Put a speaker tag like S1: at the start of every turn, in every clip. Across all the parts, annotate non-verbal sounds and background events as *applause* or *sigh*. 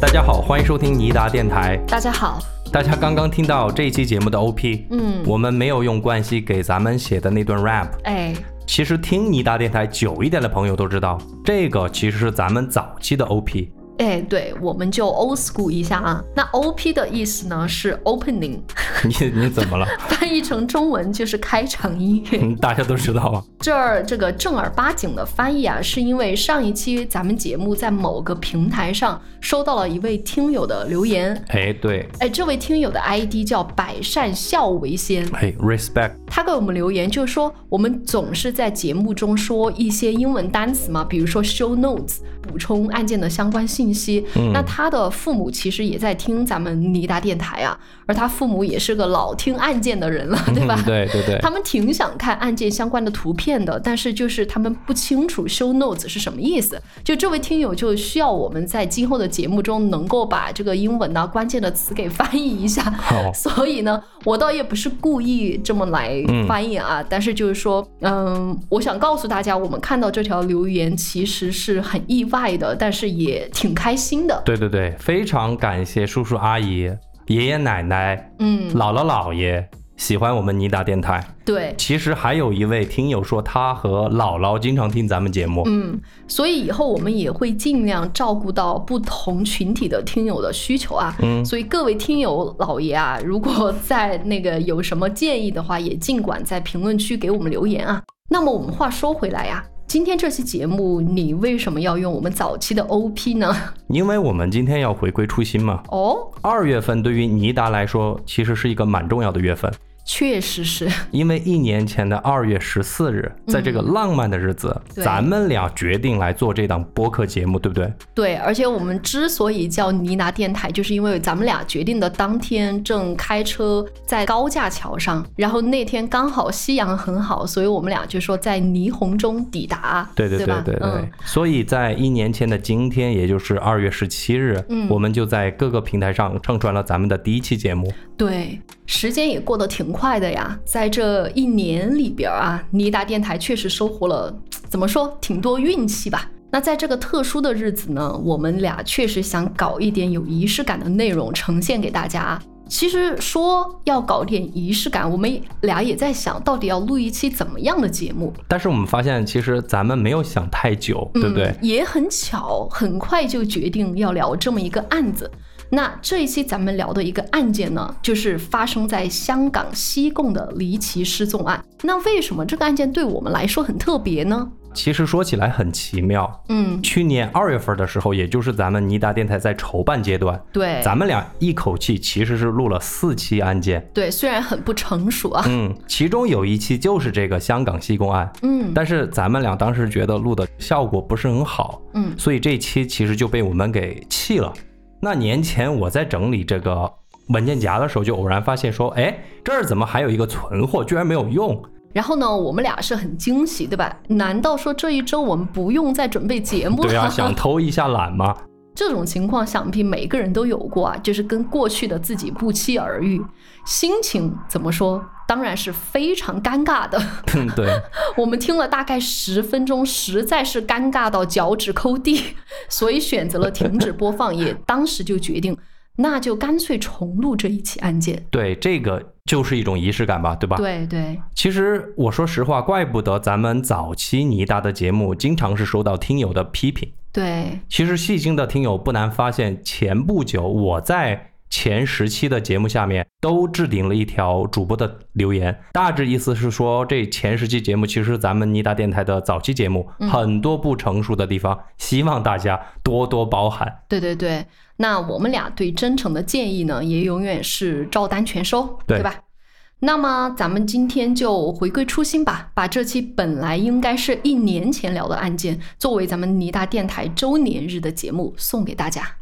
S1: 大家好，欢迎收听尼达电台。
S2: 大家好，
S1: 大家刚刚听到这一期节目的 OP，
S2: 嗯
S1: 我们没有用冠希给咱们写的那段 rap。
S2: 哎，
S1: 其实听尼达电台久一点的朋友都知道，这个其实是咱们早期的 OP。
S2: 哎，对，我们就 old school 一下啊。那 OP 的意思呢是 opening，
S1: *laughs*
S2: *laughs*
S1: 你你怎么了？
S2: 翻译成中文就是开场音乐。
S1: 嗯大家都知道啊。
S2: 这儿这个正儿八经的翻译啊，是因为上一期咱们节目在某个平台上收到了一位听友的留言。
S1: 哎，对，
S2: 哎，这位听友的 ID 叫百善孝为先，
S1: 哎，respect，
S2: 他给我们留言就说，我们总是在节目中说一些英文单词嘛，比如说 show notes，补充案件的相关信
S1: 嗯
S2: 息。那他的父母其实也在听咱们尼达电台啊，而他父母也是个老听案件的人了， *laughs* 对吧？
S1: 嗯对对对
S2: 他，们挺想看案件相关的图片的，但是就是他们不清楚 show notes 是什么意思。就这位听友就需要我们在今后的节目中能够把这个英文呢、啊关键的词给翻译一下。
S1: 好
S2: 所以呢，我倒也不是故意这么来翻译啊，但是就是说，嗯，我想告诉大家，我们看到这条留言其实是很意外的，但是也挺开心的。
S1: 对对对，非常感谢叔叔阿姨、爷爷奶奶、
S2: 嗯，
S1: 姥姥姥爷喜欢我们尼达电台。
S2: 对，
S1: 其实还有一位听友说，他和姥姥经常听咱们节目。
S2: 嗯，所以以后我们也会尽量照顾到不同群体的听友的需求啊。
S1: 嗯
S2: 所以各位听友老爷啊，如果在那个有什么建议的话，也尽管在评论区给我们留言啊。那么我们话说回来呀、今天这期节目你为什么要用我们早期的 OP 呢？
S1: 因为我们今天要回归初心嘛。
S2: 哦，
S1: 二月份对于尼达来说，其实是一个蛮重要的月份，
S2: 确实是， *laughs*
S1: 因为一年前的二月十四日，在这个浪漫的日子，
S2: 嗯对
S1: 咱们俩决定来做这档播客节目，对不对？
S2: 对，而且我们之所以叫尼拿电台，就是因为咱们俩决定的当天正开车在高架桥上，然后那天刚好夕阳很好，所以我们俩就说在霓虹中抵达，
S1: 对对
S2: 吧？
S1: 对对。
S2: 嗯，
S1: 所以在一年前的今天，也就是二月十七日，
S2: 嗯
S1: 我们就在各个平台上上传了咱们的第一期节目。
S2: 对，时间也过得挺快的呀，在这一年里边儿啊，尼达电台确实收获了，怎么说，挺多运气吧。那在这个特殊的日子呢，我们俩确实想搞一点有仪式感的内容呈现给大家。啊其实说要搞点仪式感，我们俩也在想到底要录一期怎么样的节目，
S1: 但是我们发现，其实咱们没有想太久，对不对？
S2: 嗯？也很巧，很快就决定要聊这么一个案子。那这一期咱们聊的一个案件呢，就是发生在香港西贡的离奇失踪案。那为什么这个案件对我们来说很特别呢？
S1: 其实说起来很奇妙。
S2: 嗯，
S1: 去年二月份的时候，也就是咱们尼达电台在筹办阶段，
S2: 对，
S1: 咱们俩一口气其实是录了四期案
S2: *laughs*
S1: 件，
S2: 对，虽然很不成熟
S1: *laughs*
S2: 啊，
S1: 嗯，其中有一期就是这个香港西贡案，
S2: 嗯
S1: 但是咱们俩当时觉得录的效果不是很好，
S2: 嗯，
S1: 所以这期其实就被我们给弃了。那年前我在整理这个文件夹的时候，就偶然发现说，哎，这儿怎么还有一个存货，居然没有用？
S2: 然后呢，我们俩是很惊喜，对吧？难道说这一周我们不用再准备节目了？
S1: 对啊，想偷一下懒嘛。 *laughs*
S2: 这种情况想必每个人都有过啊，就是跟过去的自己不期而遇，心情怎么说？当然是非常尴尬的。 *laughs*
S1: 嗯，对，
S2: 我们听了大概十分钟，实在是尴尬到脚趾抠地， *laughs* 所以选择了停止播放，也当时就决定，那就干脆重录这一起案件。
S1: 对，这个就是一种仪式感吧，对吧？
S2: 对对，
S1: 其实我说实话，怪不得咱们早期尼达的节目经常是收到听友的批评。
S2: 对，
S1: 其实细心的听友不难发现，前不久我在前十期的节目下面都置顶了一条主播的留言，大致意思是说，这前十期节目其实是咱们尼达电台的早期节目，很多不成熟的地方，希望大家多多包涵。
S2: 对对对，那我们俩对真诚的建议呢，也永远是照单全收，
S1: 对
S2: 吧？那么咱们今天就回归初心吧，把这期本来应该是一年前聊的案件，作为咱们尼达电台周年日的节目送给大家。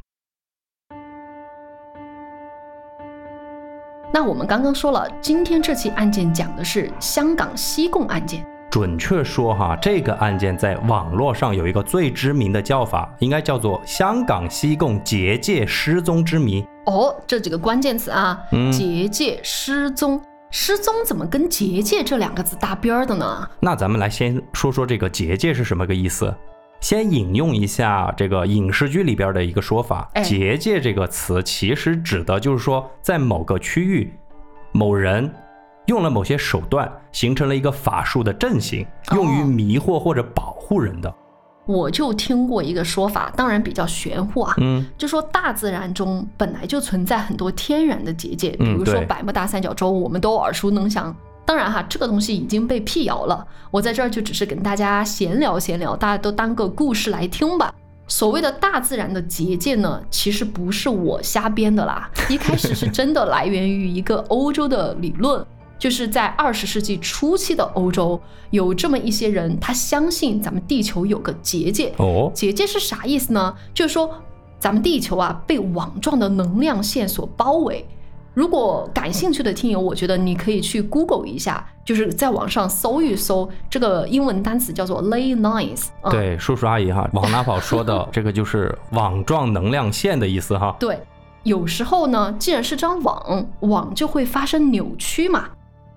S2: 那我们刚刚说了，今天这起案件讲的是香港西贡案件。
S1: 准确说哈，这个案件在网络上有一个最知名的叫法，应该叫做“香港西贡结界失踪之谜
S2: 哦，这几个关键词啊，
S1: 嗯
S2: 结界、失踪，失踪怎么跟结界这两个字搭边儿的呢？”。
S1: 那咱们来先说说这个结界是什么个意思。先引用一下这个影视剧里边的一个说法，“
S2: 哎
S1: 结界”这个词其实指的就是说，在某个区域，某人用了某些手段，形成了一个法术的阵型，用于
S2: 哦
S1: 迷惑或者保护人的。
S2: 我就听过一个说法，当然比较玄乎啊，
S1: 嗯
S2: 就说大自然中本来就存在很多天然的结界，比
S1: 嗯
S2: 如说
S1: 对
S2: 百慕大三角洲，我们都耳熟能详。当然哈，这个东西已经被辟谣了，我在这儿就只是跟大家闲聊闲聊，大家都当个故事来听吧。所谓的大自然的结界呢，其实不是我瞎编的啦，一开始是真的来源于一个欧洲的理论，就是在二十世纪初期的欧洲，有这么一些人，他相信咱们地球有个结界，
S1: 哦，
S2: 结界是啥意思呢？就是说，咱们地球啊被网状的能量线所包围。如果感兴趣的听友，我觉得你可以去 Google 一下，就是在网上搜一搜这个英文单词叫做 ley lines 啊、
S1: 对，叔叔阿姨哈，王大宝说的这个就是网状能量线的意思
S2: *laughs*
S1: 哈。
S2: 对，有时候呢，既然是张网，网就会发生扭曲嘛。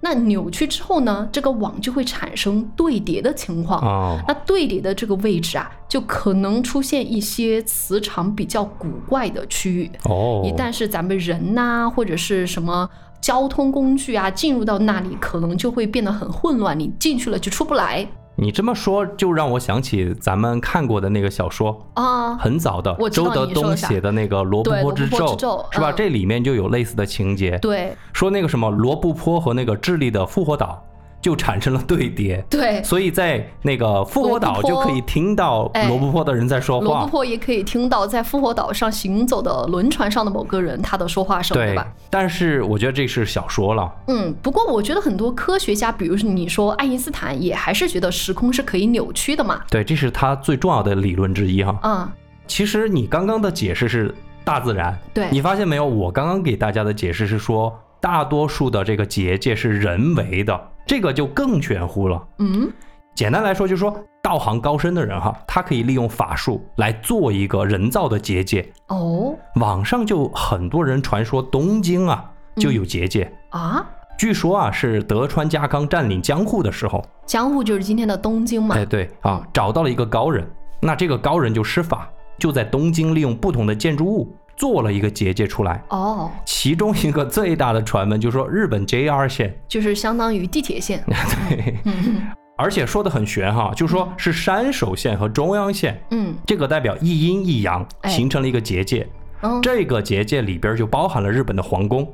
S2: 那扭曲之后呢，这个网就会产生对叠的情况。
S1: 哦，
S2: 那对叠的这个位置啊，就可能出现一些磁场比较古怪的区域。
S1: 哦，
S2: 一旦是咱们人呐、或者是什么交通工具啊，进入到那里，可能就会变得很混乱，你进去了就出不来
S1: 你这么说，就让我想起咱们看过的那个小说，
S2: 啊。
S1: 很早的
S2: 我知道
S1: 周德
S2: 你说
S1: 东
S2: 的啥
S1: 写的那个《罗布
S2: 对
S1: 泊
S2: 罗布泊之
S1: 咒
S2: 咒》，
S1: 是吧？
S2: 嗯
S1: 这里面就有类似的情节，
S2: 对
S1: 说那个什么罗布泊和那个智利的复活岛就产生了对叠，
S2: 对，
S1: 所以在那个复活岛
S2: 罗布泊
S1: 就可以听到
S2: 哎
S1: 罗布泊的人在说
S2: 罗布
S1: 话。
S2: 泊也可以听到在复活岛上行走的轮船上的某个人他的说话声，对
S1: 对
S2: 吧？，
S1: 但是我觉得这是小说了。
S2: 嗯，不过我觉得很多科学家，比如说你说爱因斯坦，也还是觉得时空是可以扭曲的嘛。
S1: 对，这是他最重要的理论之一哈。
S2: 嗯，
S1: 其实你刚刚的解释是大自然，
S2: 对
S1: 你发现没有？我刚刚给大家的解释是说，大多数的这个结界是人为的，这个就更玄乎了。
S2: 嗯，
S1: 简单来说，就是说道行高深的人哈，他可以利用法术来做一个人造的结界。
S2: 哦
S1: 网上就很多人传说东京啊就有结界，
S2: 啊，
S1: 据说啊是德川家康占领江户的时候，
S2: 江户就是今天的东京嘛。
S1: 哎，对啊，找到了一个高人，那这个高人就施法，就在东京利用不同的建筑物做了一个结界出来。
S2: 哦，
S1: 其中一个最大的传闻就是说，日本 JR 线，
S2: 就是相当于地铁线。
S1: *laughs* 对，
S2: 嗯
S1: 而且说的很玄哈，就说是山手线和中央线，
S2: 嗯
S1: 这个代表一阴一阳，
S2: 哎
S1: 形成了一个结界。
S2: 嗯，
S1: 这个结界里边就包含了日本的皇宫，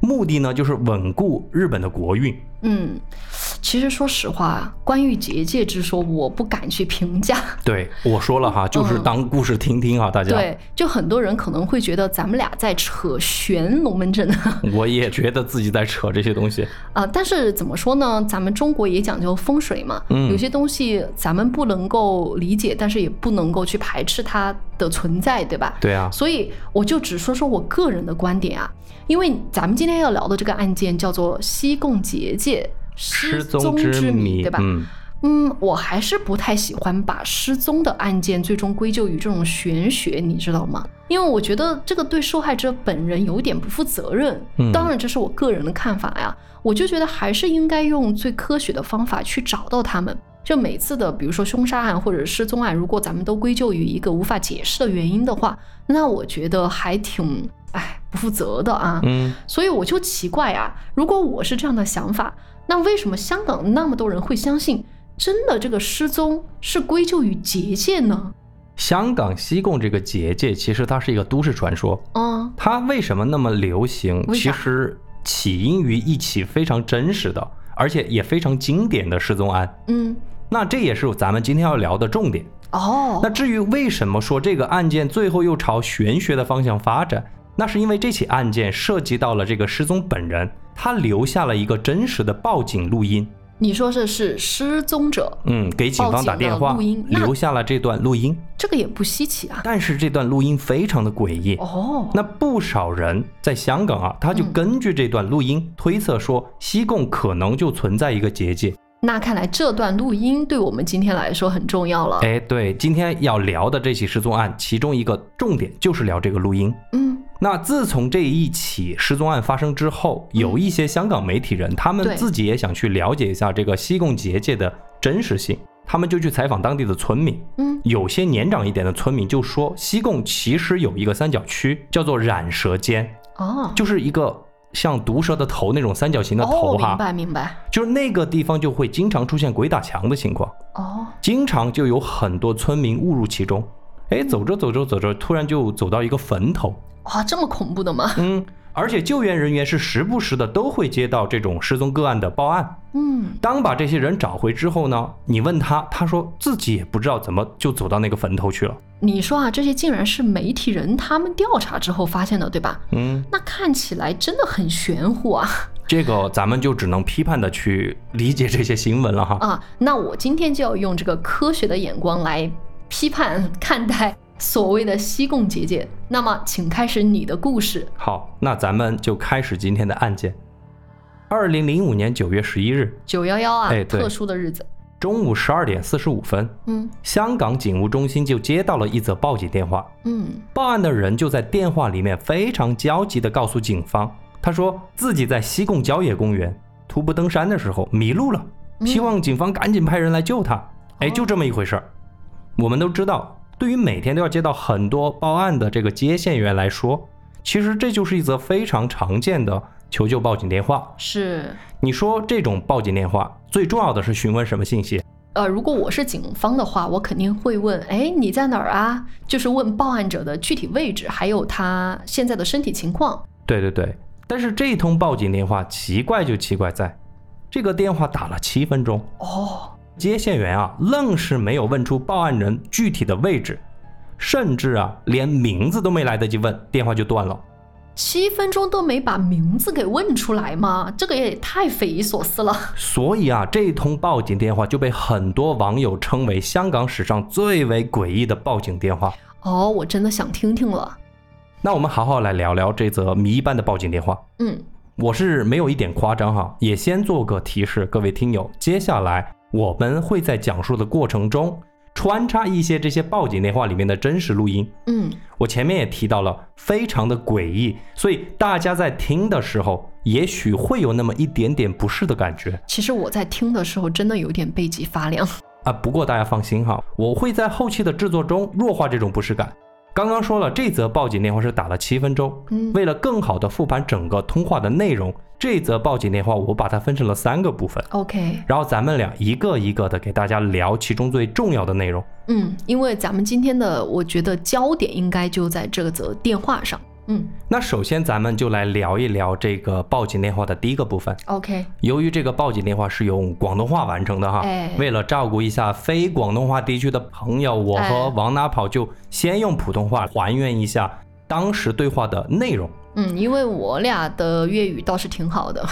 S1: 目的呢就是稳固日本的国运。
S2: 嗯，其实说实话，关于结界之说，我不敢去评价。
S1: 对，我说了哈，就是当故事听听啊，大家。
S2: *laughs* 嗯对，就很多人可能会觉得咱们俩在扯玄龙门阵啊、 *laughs*
S1: 我也觉得自己在扯这些东西。
S2: 但是怎么说呢？咱们中国也讲究风水嘛，
S1: 嗯
S2: 有些东西咱们不能够理解，但是也不能够去排斥它的存在，对吧？
S1: 对啊，
S2: 所以我就只说说我个人的观点啊，因为咱们今天要聊的这个案件叫做西贡结界失踪之谜，对吧？
S1: 嗯，
S2: 嗯，我还是不太喜欢把失踪的案件最终归咎于这种玄学，你知道吗？因为我觉得这个对受害者本人有点不负责任。
S1: 嗯
S2: 当然，这是我个人的看法呀。我就觉得还是应该用最科学的方法去找到他们。就每次的，比如说凶杀案或者失踪案，如果咱们都归咎于一个无法解释的原因的话，那我觉得还挺，哎，不负责的啊。
S1: 嗯，
S2: 所以我就奇怪啊，如果我是这样的想法，那为什么香港那么多人会相信真的这个失踪是归咎于结界呢？
S1: 香港西贡这个结界其实它是一个都市传说，
S2: 嗯，
S1: 它为什么那么流行？
S2: 为
S1: 其
S2: 啥
S1: 实起因于一起非常真实的，而且也非常经典的失踪案。
S2: 嗯，
S1: 那这也是咱们今天要聊的重点。那
S2: 哦，
S1: 至于为什么说这个案件最后又朝玄学的方向发展，那是因为这起案件涉及到了这个失踪本人，他留下了一个真实的报警录音，
S2: 你说这是失踪者，
S1: 嗯，给警
S2: 报
S1: 方
S2: 警
S1: 打
S2: 的
S1: 电话
S2: 录音，那
S1: 留下了这段录音。
S2: 这个也不稀奇啊。
S1: 但是这段录音非常的诡异。
S2: 哦，
S1: 那不少人在香港啊，他就
S2: 嗯
S1: 根据这段录音推测说，西贡可能就存在一个结界。
S2: 那看来这段录音对我们今天来说很重要了。
S1: 哎，对，今天要聊的这起失踪案，其中一个重点就是聊这个录音。
S2: 嗯，
S1: 那自从这一起失踪案发生之后，有一些香港媒体人，他们
S2: 对
S1: 自己也想去了解一下这个西贡结界的真实性。他们就去采访当地的村民。
S2: 嗯，
S1: 有些年长一点的村民就说，西贡其实有一个三角区，叫做染蛇尖，
S2: 哦，
S1: 就是一个像毒蛇的头那种三角形的
S2: 哦，
S1: 头哈，
S2: 明白明白，
S1: 就是那个地方就会经常出现鬼打墙的情况，
S2: 哦，
S1: 经常就有很多村民误入其中。哎，走着走着走着，突然就走到一个坟
S2: *laughs*
S1: 头，
S2: 哇，这么恐怖的吗？
S1: 嗯，而且救援人员是时不时的都会接到这种失踪个案的报案。
S2: 嗯，
S1: 当把这些人找回之后呢，你问他，他说自己也不知道怎么就走到那个坟头去了。
S2: 你说啊，这些竟然是媒体人他们调查之后发现的，对吧？
S1: 嗯，
S2: 那看起来真的很玄乎啊！ *laughs*
S1: 这个咱们就只能批判的去理解这些新闻了哈。
S2: 啊，那我今天就要用这个科学的眼光来批判看待所谓的西贡结界。那么，请开始你的故事。
S1: 好，那咱们就开始今天的案件。二零零五年九月十一日
S2: 九幺幺啊，
S1: 哎对
S2: 特殊的日子。
S1: 中午十二点四十五分，
S2: 嗯
S1: 香港警务中心就接到了一则报警电话。
S2: 嗯，
S1: 报案的人就在电话里面非常焦急地告诉警方，他说自己在西贡郊野公园徒步登山的时候迷路了，
S2: 嗯
S1: 希望警方赶紧派人来救他。哎，就这么一回事儿。我们都知道，对于每天都要接到很多报案的这个接线员来说，其实这就是一则非常常见的求救报警电话。
S2: 是。
S1: 你说这种报警电话最重要的是询问什么信息？
S2: 呃，如果我是警方的话，我肯定会问，哎，你在哪儿啊？就是问报案者的具体位置，还有他现在的身体情况。
S1: 对对对，但是这通报警电话奇怪就奇怪在，这个电话打了七分钟，
S2: 哦，
S1: 接线员啊愣是没有问出报案人具体的位置，甚至啊连名字都没来得及问，电话就断了。
S2: 七分钟都没把名字给问出来吗？这个也太匪夷所思了。
S1: 所以啊，这通报警电话就被很多网友称为香港史上最为诡异的报警电话。
S2: 哦，我真的想听听了。
S1: 那我们好好来聊聊这则谜一般的报警电话。
S2: 嗯，
S1: 我是没有一点夸张哈，也先做个提示，各位听友，接下来我们会在讲述的过程中穿插一些这些报警电话里面的真实录音。
S2: 嗯，
S1: 我前面也提到了，非常的诡异，所以大家在听的时候，也许会有那么一点点不适的感觉
S2: 其实我在听的时候真的有点背脊发凉。
S1: 啊。不过大家放心哈，我会在后期的制作中弱化这种不适感。刚刚说了，这则报警电话是打了七分钟，
S2: 嗯
S1: 为了更好的复盘整个通话的内容，这则报警电话我把它分成了三个部分。
S2: *laughs* OK，
S1: 然后咱们俩一个一个的给大家聊其中最重要的内容。
S2: 嗯，因为咱们今天的我觉得焦点应该就在这则电话上。嗯
S1: 那首先咱们就来聊一聊这个报警电话的第一个部分。
S2: ，OK，
S1: 由于这个报警电话是用广东话完成的哈，
S2: 哎
S1: 为了照顾一下非广东话地区的朋友，我和
S2: 哎
S1: 王拿跑就先用普通话还原一下当时对话的内容。
S2: 嗯，因为我俩的粤语倒是挺好的，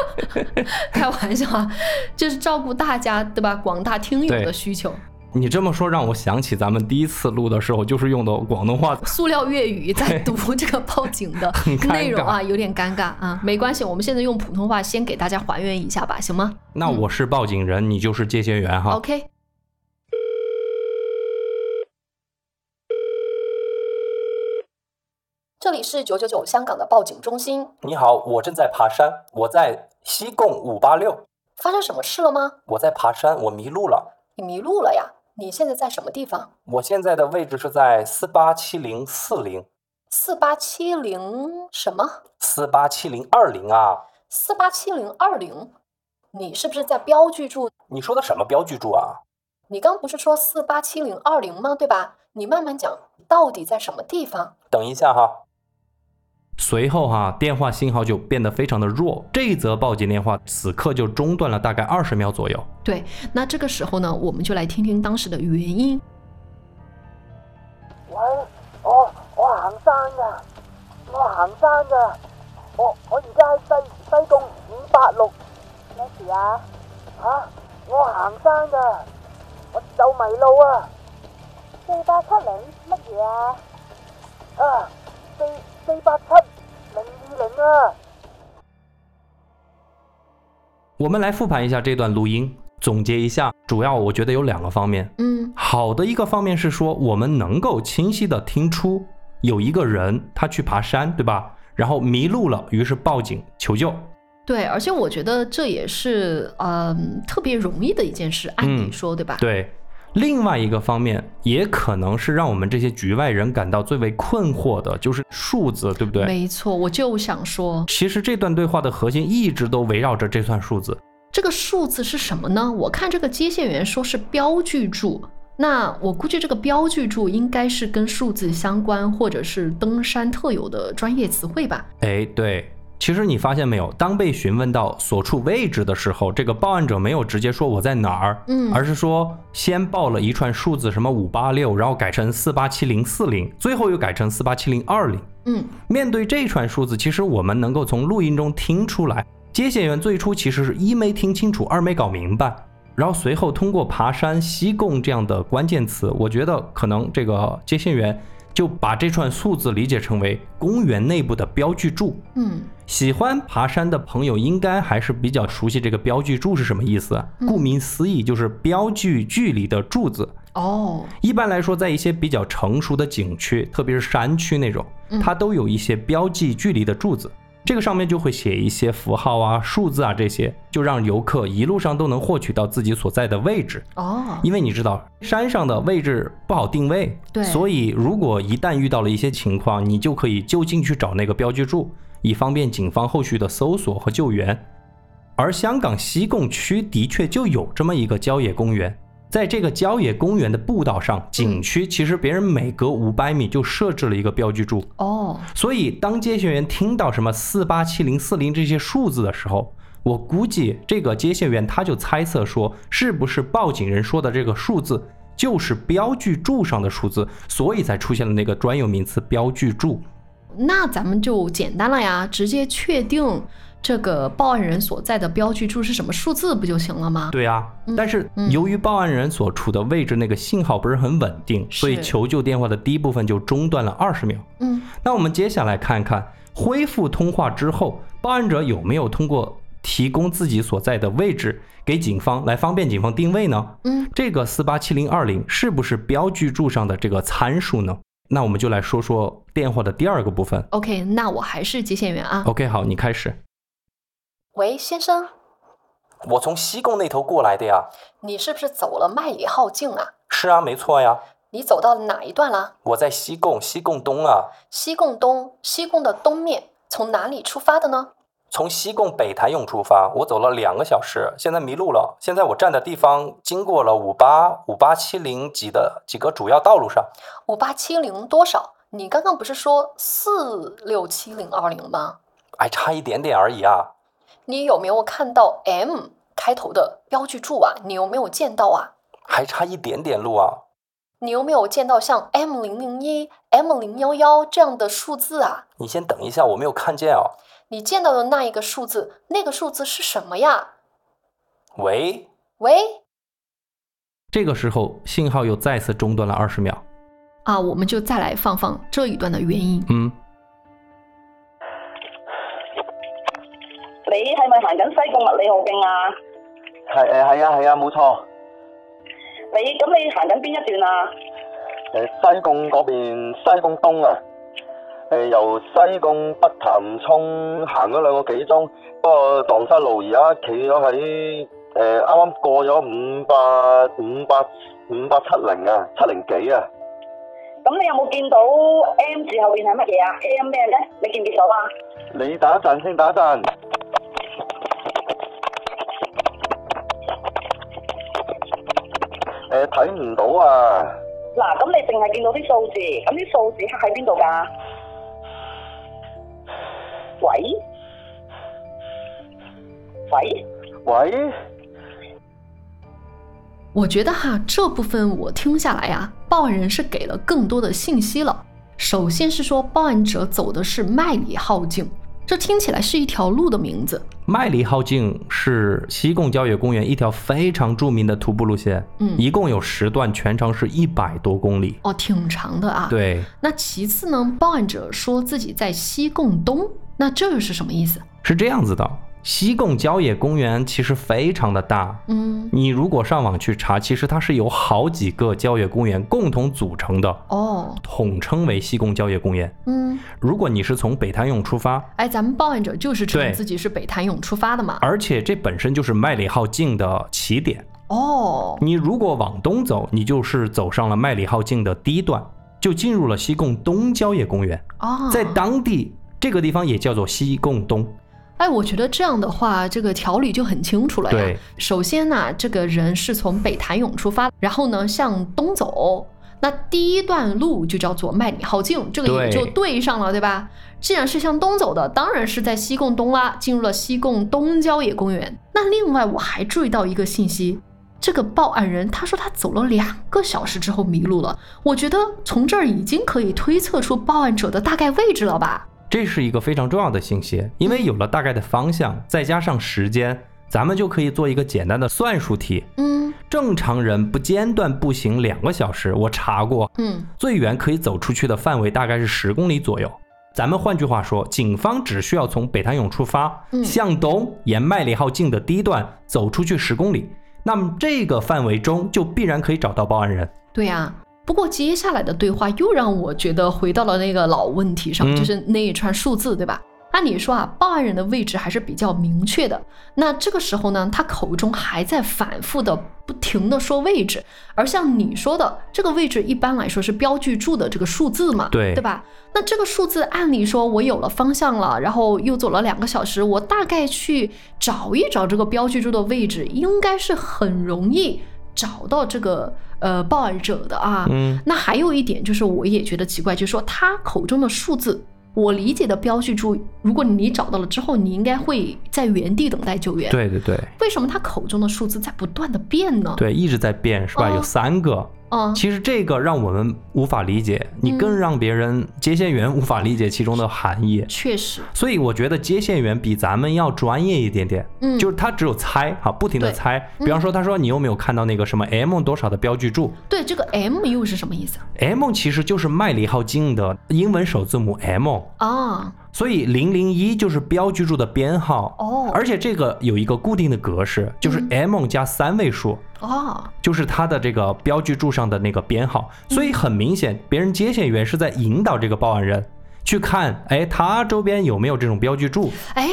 S2: *laughs* 开玩笑啊，就是照顾大家对吧？广大听友
S1: 对
S2: 的需求，
S1: 你这么说让我想起咱们第一次录的时候，就是用的广东话。
S2: 塑料粤语在读这个报警
S1: *laughs*
S2: 的
S1: 尴尬
S2: 内容啊，有点尴尬啊，没关系，我们现在用普通话先给大家还原一下吧，行吗
S1: 那我是报警人，你就是接线员哈。
S2: ？OK，这里是九九九香港的报警中心，
S1: 你好，我正在爬山，我在西贡五八六。
S2: 发生什么事了吗？
S1: 我在爬山，我迷路了。
S2: 你迷路了呀？你现在在什么地方？
S1: 我现在的位置是在四八七零四零、
S2: 四八七零什么？
S1: 四八七零二零啊。
S2: 四八七零二零？你是不是在标记住？
S1: 你说的什么标记柱啊？
S2: 你刚不是说四八七零二零吗？对吧？你慢慢讲，到底在什么地方？
S1: 等一下哈。随后哈、电话信号就变得非常的弱，这则报警电话此刻就中断了大概二十秒左右。
S2: 对，那这个时候呢，我们就来听听当时的原因。
S3: 喂，我我行山噶，我行山噶，我我而家喺西西貢五八六，咩事啊？吓、我行山噶，我走迷路啊！四八七零乜嘢啊？啊，四四八七零二零啊！
S1: 我们来复盘一下这段录音，总结一下，主要我觉得有两个方面。
S2: 嗯
S1: 好的一个方面是说，我们能够清晰的听出有一个人他去爬山，对吧？然后迷路了，于是报警求救。
S2: 对，而且我觉得这也是嗯特别容易的一件事，按理
S1: 嗯
S2: 说、对吧？
S1: 对，另外一个方面也可能是让我们这些局外人感到最为困惑的，就是数字，对不对？
S2: 没错，我就想说
S1: 其实这段对话的核心一直都围绕着这串数字。
S2: 这个数字是什么呢？我看这个接线员说是标记柱，那我估计这个标记柱应该是跟数字相关，或者是登山特有的专业词汇吧？
S1: 哎，对，其实你发现没有，当被询问到所处位置的时候，这个报案者没有直接说我在哪儿，
S2: 嗯
S1: 而是说先报了一串数字，什么五八六，然后改成四八七零四零，最后又改成四八七零二零。
S2: 嗯，
S1: 面对这串数字，其实我们能够从录音中听出来，接线员最初其实是一没听清楚，二没搞明白，然后随后通过爬山、西贡这样的关键词，我觉得可能这个接线员就把这串数字理解成为公园内部的标记柱。
S2: 嗯，
S1: 喜欢爬山的朋友应该还是比较熟悉这个标记柱是什么意思。顾名思义，就是标记距离的柱子。
S2: 哦，
S1: 一般来说，在一些比较成熟的景区，特别是山区那种，它都有一些标记距离的柱子，这个上面就会写一些符号啊、数字啊这些，就让游客一路上都能获取到自己所在的位置。
S2: 哦，
S1: 因为你知道山上的位置不好定位，
S2: 对
S1: 所以如果一旦遇到了一些情况，你就可以就近去找那个标记柱，以方便警方后续的搜索和救援。而香港西贡区的确就有这么一个郊野公园，在这个郊野公园的步道上，景区其实别人每隔五百米就设置了一个标记柱，
S2: 哦，
S1: 所以当接线员听到什么四八七零四零这些数字的时候，我估计这个接线员他就猜测说，是不是报警人说的这个数字就是标记柱上的数字，所以才出现了那个专有名词标记柱。
S2: 那咱们就简单了呀，直接确定这个报案人所在的标记柱是什么数字不就行了吗？
S1: 对啊，但是由于报案人所处的位置那个信号不是很稳定，
S2: 是
S1: 所以求救电话的第一部分就中断了二十秒。
S2: 嗯，
S1: 那我们接下来看看恢复通话之后，报案者有没有通过提供自己所在的位置给警方，来方便警方定位呢？
S2: 嗯，
S1: 这个四八七零二零是不是标记柱上的这个参数呢？那我们就来说说电话的第二个部分。
S2: OK，那我还是接线员啊。
S1: OK，好，你开始。
S2: 喂，先生，
S1: 我从西贡那头过来的呀。
S2: 你是不是走了麦里浩径啊？
S1: 是啊，没错呀。
S2: 你走到哪一段了？
S1: 我在西贡，西贡东啊，
S2: 西贡东，西贡的东面，从哪里出发的呢？
S1: 从西贡北潭涌出发，我走了两个小时，现在迷路了。现在我站的地方经过了五八五八七零几的几个主要道路上，
S2: 五八七零多少？你刚刚不是说四六七零二零吗？
S1: 还差一点点而已啊。
S2: 你有没有看到 M 开头的标记柱啊？你有没有见到啊？
S1: 还差一点点路啊！
S2: 你有没有见到像 M 零零一、M 零幺幺这样的数字啊？
S1: 你先等一下，我没有看见哦。
S2: 你见到的那一个数字，那个数字是什么呀？
S1: 喂，
S2: 喂，
S1: 这个时候信号又再次中断了二十秒。
S2: 啊，我们就再来放放这一段的原因。
S1: 嗯，
S4: 你係咪行緊西貢物理浩徑啊？
S5: 係誒係啊係啊冇錯，
S4: 你咁你行緊邊一段啊？
S5: 誒西貢嗰邊西貢東啊，誒、由西貢北潭涌行咗兩個幾鐘，不過蕩失路而家企咗喺誒啱啱過咗五百五百五百七零啊七零幾啊，
S4: 咁你有冇見到 M 字後邊係乜嘢啊？M 咩咧？你見唔見到啊？
S5: 你打一陣先打一陣，誒睇唔到啊，
S4: 嗱，咁你淨係見到啲數字，咁啲數字刻喺邊度㗎？喂，喂，
S5: 喂。
S2: 我觉得哈，这部分我听下来呀、报案人是给了更多的信息了。首先是说，报案者走的是麦里浩径，这听起来是一条路的名字。
S1: 麦里浩径是西贡郊野公园一条非常著名的徒步路线，
S2: 嗯
S1: 一共有十段，全长是一百多公里。
S2: 哦，挺长的啊。。
S1: 对，
S2: 那其次呢，报案者说自己在西贡东，那这又是什么意思？
S1: 是这样子的，西贡郊野公园其实非常的大，
S2: 嗯，
S1: 你如果上网去查，其实它是由好几个郊野公园共同组成的，
S2: 哦，
S1: 统称为西贡郊野公园。
S2: 嗯，
S1: 如果你是从北潭涌出发，
S2: 哎，咱们报案者就是
S1: 对
S2: 称自己是北潭涌出发的嘛。
S1: 而且这本身就是麦里号径的起点。
S2: 哦，
S1: 你如果往东走，你就是走上了麦里号径的第一段，就进入了西贡东郊野公园。
S2: 啊，
S1: 在当地这个地方也叫做西贡东，
S2: 哎，我觉得这样的话，这个条理就很清楚了呀。
S1: 对，
S2: 首先呢、这个人是从北潭涌出发，然后呢向东走，那第一段路就叫做麦里浩径，这个
S1: 对
S2: 也就对上了，对吧？既然是向东走的，当然是在西贡东啦，进入了西贡东郊野公园。那另外我还注意到一个信息。这个报案人他说他走了两个小时之后迷路了，我觉得从这儿已经可以推测出报案者的大概位置了吧？
S1: 这是一个非常重要的信息，因为有了大概的方向，再加上时间，咱们就可以做一个简单的算术题。
S2: 嗯
S1: 正常人不间断步行两个小时，我查过，
S2: 嗯，
S1: 最远可以走出去的范围大概是十公里左右。咱们换句话说，警方只需要从北潭涌出发，
S2: 嗯
S1: 向东沿麦里号径的第一段走出去十公里，那么这个范围中就必然可以找到报案人。
S2: 对呀、
S1: 嗯
S2: 不过接下来的对话又让我觉得回到了那个老问题上，
S1: 嗯
S2: 就是那一串数字，对吧？按理说啊，报案人的位置还是比较明确的。那这个时候呢，他口中还在反复的、不停的说位置，而像你说的，这个位置一般来说是标记住的这个数字嘛，
S1: 对
S2: 对吧？那这个数字，按理说我有了方向了，然后又走了两个小时，我大概去找一找这个标记住的位置，应该是很容易找到这个呃报案者的啊。
S1: 嗯，
S2: 那还有一点就是，我也觉得奇怪，就是说他口中的数字，我理解的标记住，如果你找到了之后，你应该会在原地等待救援。，
S1: 对对对
S2: 为什么他口中的数字在不断的变呢？，
S1: 对，一直在变是吧？
S2: 哦
S1: 有三个，
S2: 嗯，
S1: 其实这个让我们无法理解，你更
S2: 嗯
S1: 让别人接线员无法理解其中的含义。
S2: 确实，
S1: 所以我觉得接线员比咱们要专业一点点，
S2: 嗯
S1: 就是他只有猜哈，不停的
S2: 对
S1: 猜。
S2: 嗯
S1: 比方说，他说你有没有看到那个什么 M 多少的标记柱
S2: 对这个 M 又是什么意思
S1: ？M 其实就是麦里浩径的英文首字母 M，
S2: 啊？啊，
S1: 所以零零一就是标记柱的编号。
S2: 哦
S1: 而且这个有一个固定的格式，就是
S2: 嗯
S1: M 加三位数。
S2: 哦，
S1: 就是它的这个标记柱上的那个编号，所以很明显，别人接线员是在引导这个报案人去看，哎，他周边有没有这种标记柱？
S2: 哎，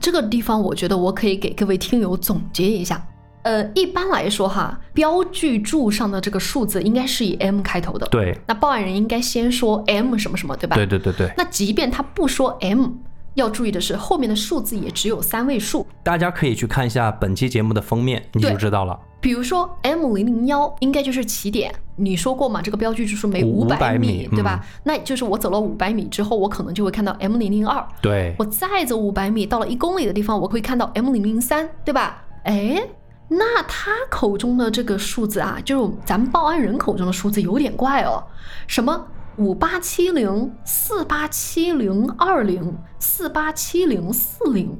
S2: 这个地方我觉得我可以给各位听友总结一下。呃，一般来说哈，标记柱上的这个数字应该是以 M 开头的。，
S1: 对，
S2: 那报案人应该先说 M 什么什么，对吧？
S1: 对对对对。
S2: 那即便他不说 M，要注意的是后面的数字也只有三位数。
S1: 大家可以去看一下本期节目的封面，你就
S2: 对
S1: 知道了。
S2: 比如说 M 零零幺应该就是起点，你说过嘛？这个标记就是每
S1: 五
S2: 百
S1: 米嗯
S2: 对吧？那就是我走了五百米之后，我可能就会看到 M 零零二，
S1: 对
S2: 我再走五百米到了一公里的地方，我会看到 M 零零三，对吧？哎，那他口中的这个数字啊，就是咱们报案人口中的数字有点怪哦，什么五八七零、四八七零二零、四八七零四零，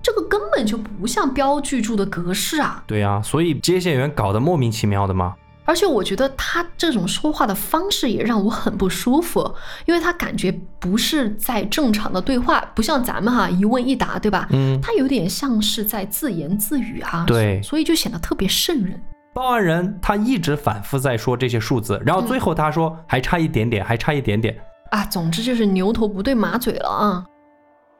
S2: 这个根本就不像标记柱的格式啊！
S1: 对呀、所以接线员搞得莫名其妙的嘛。
S2: 而且我觉得他这种说话的方式也让我很不舒服，因为他感觉不是在正常的对话，不像咱们哈、一问一答，对吧？
S1: 嗯，
S2: 他有点像是在自言自语啊，
S1: 对
S2: 所以就显得特别瘆人。
S1: 报案人他一直反复在说这些数字，然后最后他说还差一点点，还差一点点。
S2: 啊，总之就是牛头不对马嘴了啊。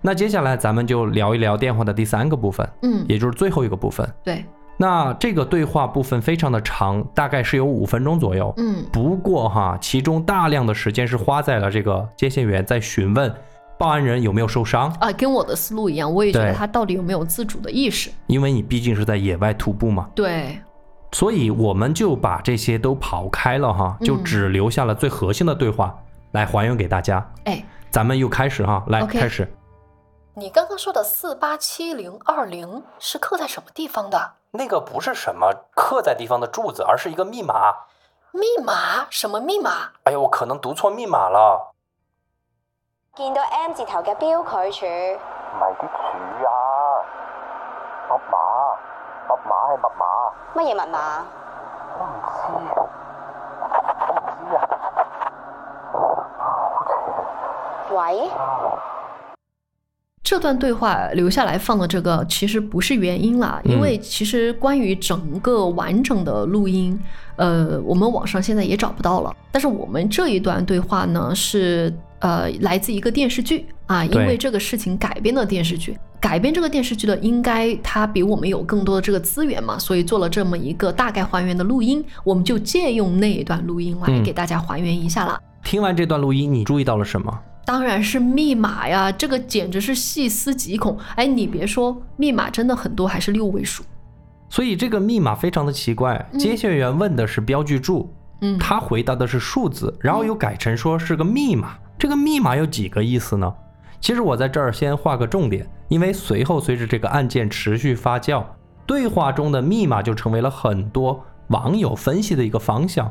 S1: 那接下来咱们就聊一聊电话的第三个部分，
S2: 嗯，
S1: 也就是最后一个部分。
S2: 对，
S1: 那这个对话部分非常的长，大概是有五分钟左右。
S2: 嗯
S1: 不过哈，其中大量的时间是花在了这个接线员在询问报案人有没有受伤，
S2: 啊，跟我的思路一样，我也觉得
S1: 对
S2: 他到底有没有自主的意识。
S1: 因为你毕竟是在野外徒步嘛。
S2: 对，
S1: 所以我们就把这些都刨开了哈，
S2: 嗯
S1: 就只留下了最核心的对话来还原给大家。
S2: 哎，
S1: 咱们又开始哈，来
S2: OK
S1: 开始。
S2: 你刚刚说的四八七零二零是刻在什么地方的？
S1: 那个不是什么刻在地方的柱子，而是一个密码。
S2: 密码？什么密码？
S1: 哎呦，我可能读错密码了。
S6: 見到 M 字頭嘅標拒絕，
S5: 唔係啲柱啊，密碼，密碼係密碼，
S6: 乜嘢密碼？
S5: 我唔知啊，我唔知啊，好邪
S3: 啊
S6: 喂？
S2: 这段对话留下来放的这个其实不是原因啦，
S1: 嗯
S2: 因为其实关于整个完整的录音，呃，我们网上现在也找不到了。但是我们这一段对话呢，是呃来自一个电视剧啊，因
S1: 对
S2: 为这个事情改编的电视剧。改编这个电视剧的，应该它比我们有更多的这个资源嘛，所以做了这么一个大概还原的录音，我们就借用那一段录音来
S1: 嗯
S2: 给大家还原一下啦。
S1: 听完这段录音，你注意到了什么？
S2: 当然是密码呀，这个简直是细思极恐。哎，你别说，密码真的很多，还是六位数。
S1: 所以这个密码非常的奇怪。
S2: 嗯
S1: 接线员问的是标记柱，
S2: 嗯，
S1: 他回答的是数字，然后又改成说是个密码。这个密码有几个意思呢？其实我在这儿先画个重点，因为随后随着这个案件持续发酵，对话中的密码就成为了很多网友分析的一个方向。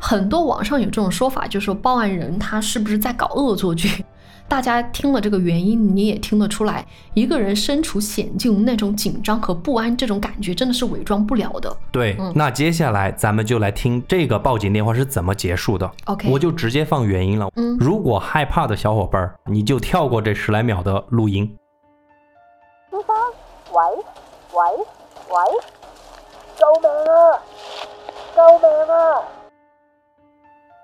S2: 很多网上有这种说法，就是说报案人他是不是在搞恶作剧？ *laughs* 大家听了这个原因，你也听得出来，一个人身处险境，那种紧张和不安这种感觉，真的是伪装不了的。
S1: 对，
S2: 嗯
S1: 那接下来咱们就来听这个报警电话是怎么结束的。
S2: OK
S1: 我就直接放原因了。
S2: 嗯
S1: 如果害怕的小伙伴儿，你就跳过这十来秒的录音。
S3: 先生，喂喂喂，救命啊！救命啊！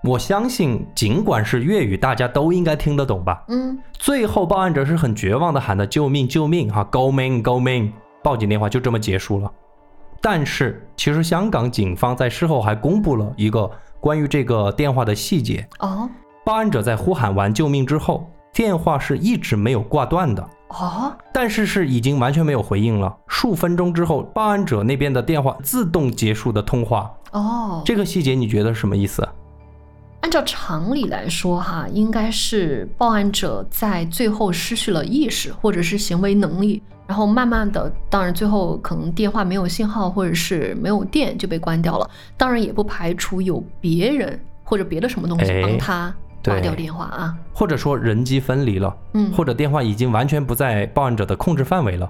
S1: 我相信，尽管是粤语，大家都应该听得懂吧？
S2: 嗯，
S1: 最后报案者是很绝望的喊的救命救命啊，救命救命！报警电话就这么结束了。但是其实香港警方在事后还公布了一个关于这个电话的细节，
S2: 哦
S1: 报案者在呼喊完救命之后，电话是一直没有挂断的。
S2: 哦，
S1: 但是是已经完全没有回应了。数分钟之后，报案者那边的电话自动结束的通话，
S2: 哦，
S1: 这个细节你觉得是什么意思？
S2: 按照常理来说，哈，应该是报案者在最后失去了意识或者是行为能力，然后慢慢的，当然最后可能电话没有信号或者是没有电就被关掉了。当然也不排除有别人或者别的什么东西
S1: 哎
S2: 帮他
S1: 对
S2: 拔掉电话啊。
S1: 或者说人机分离了，
S2: 嗯
S1: 或者电话已经完全不在报案者的控制范围了。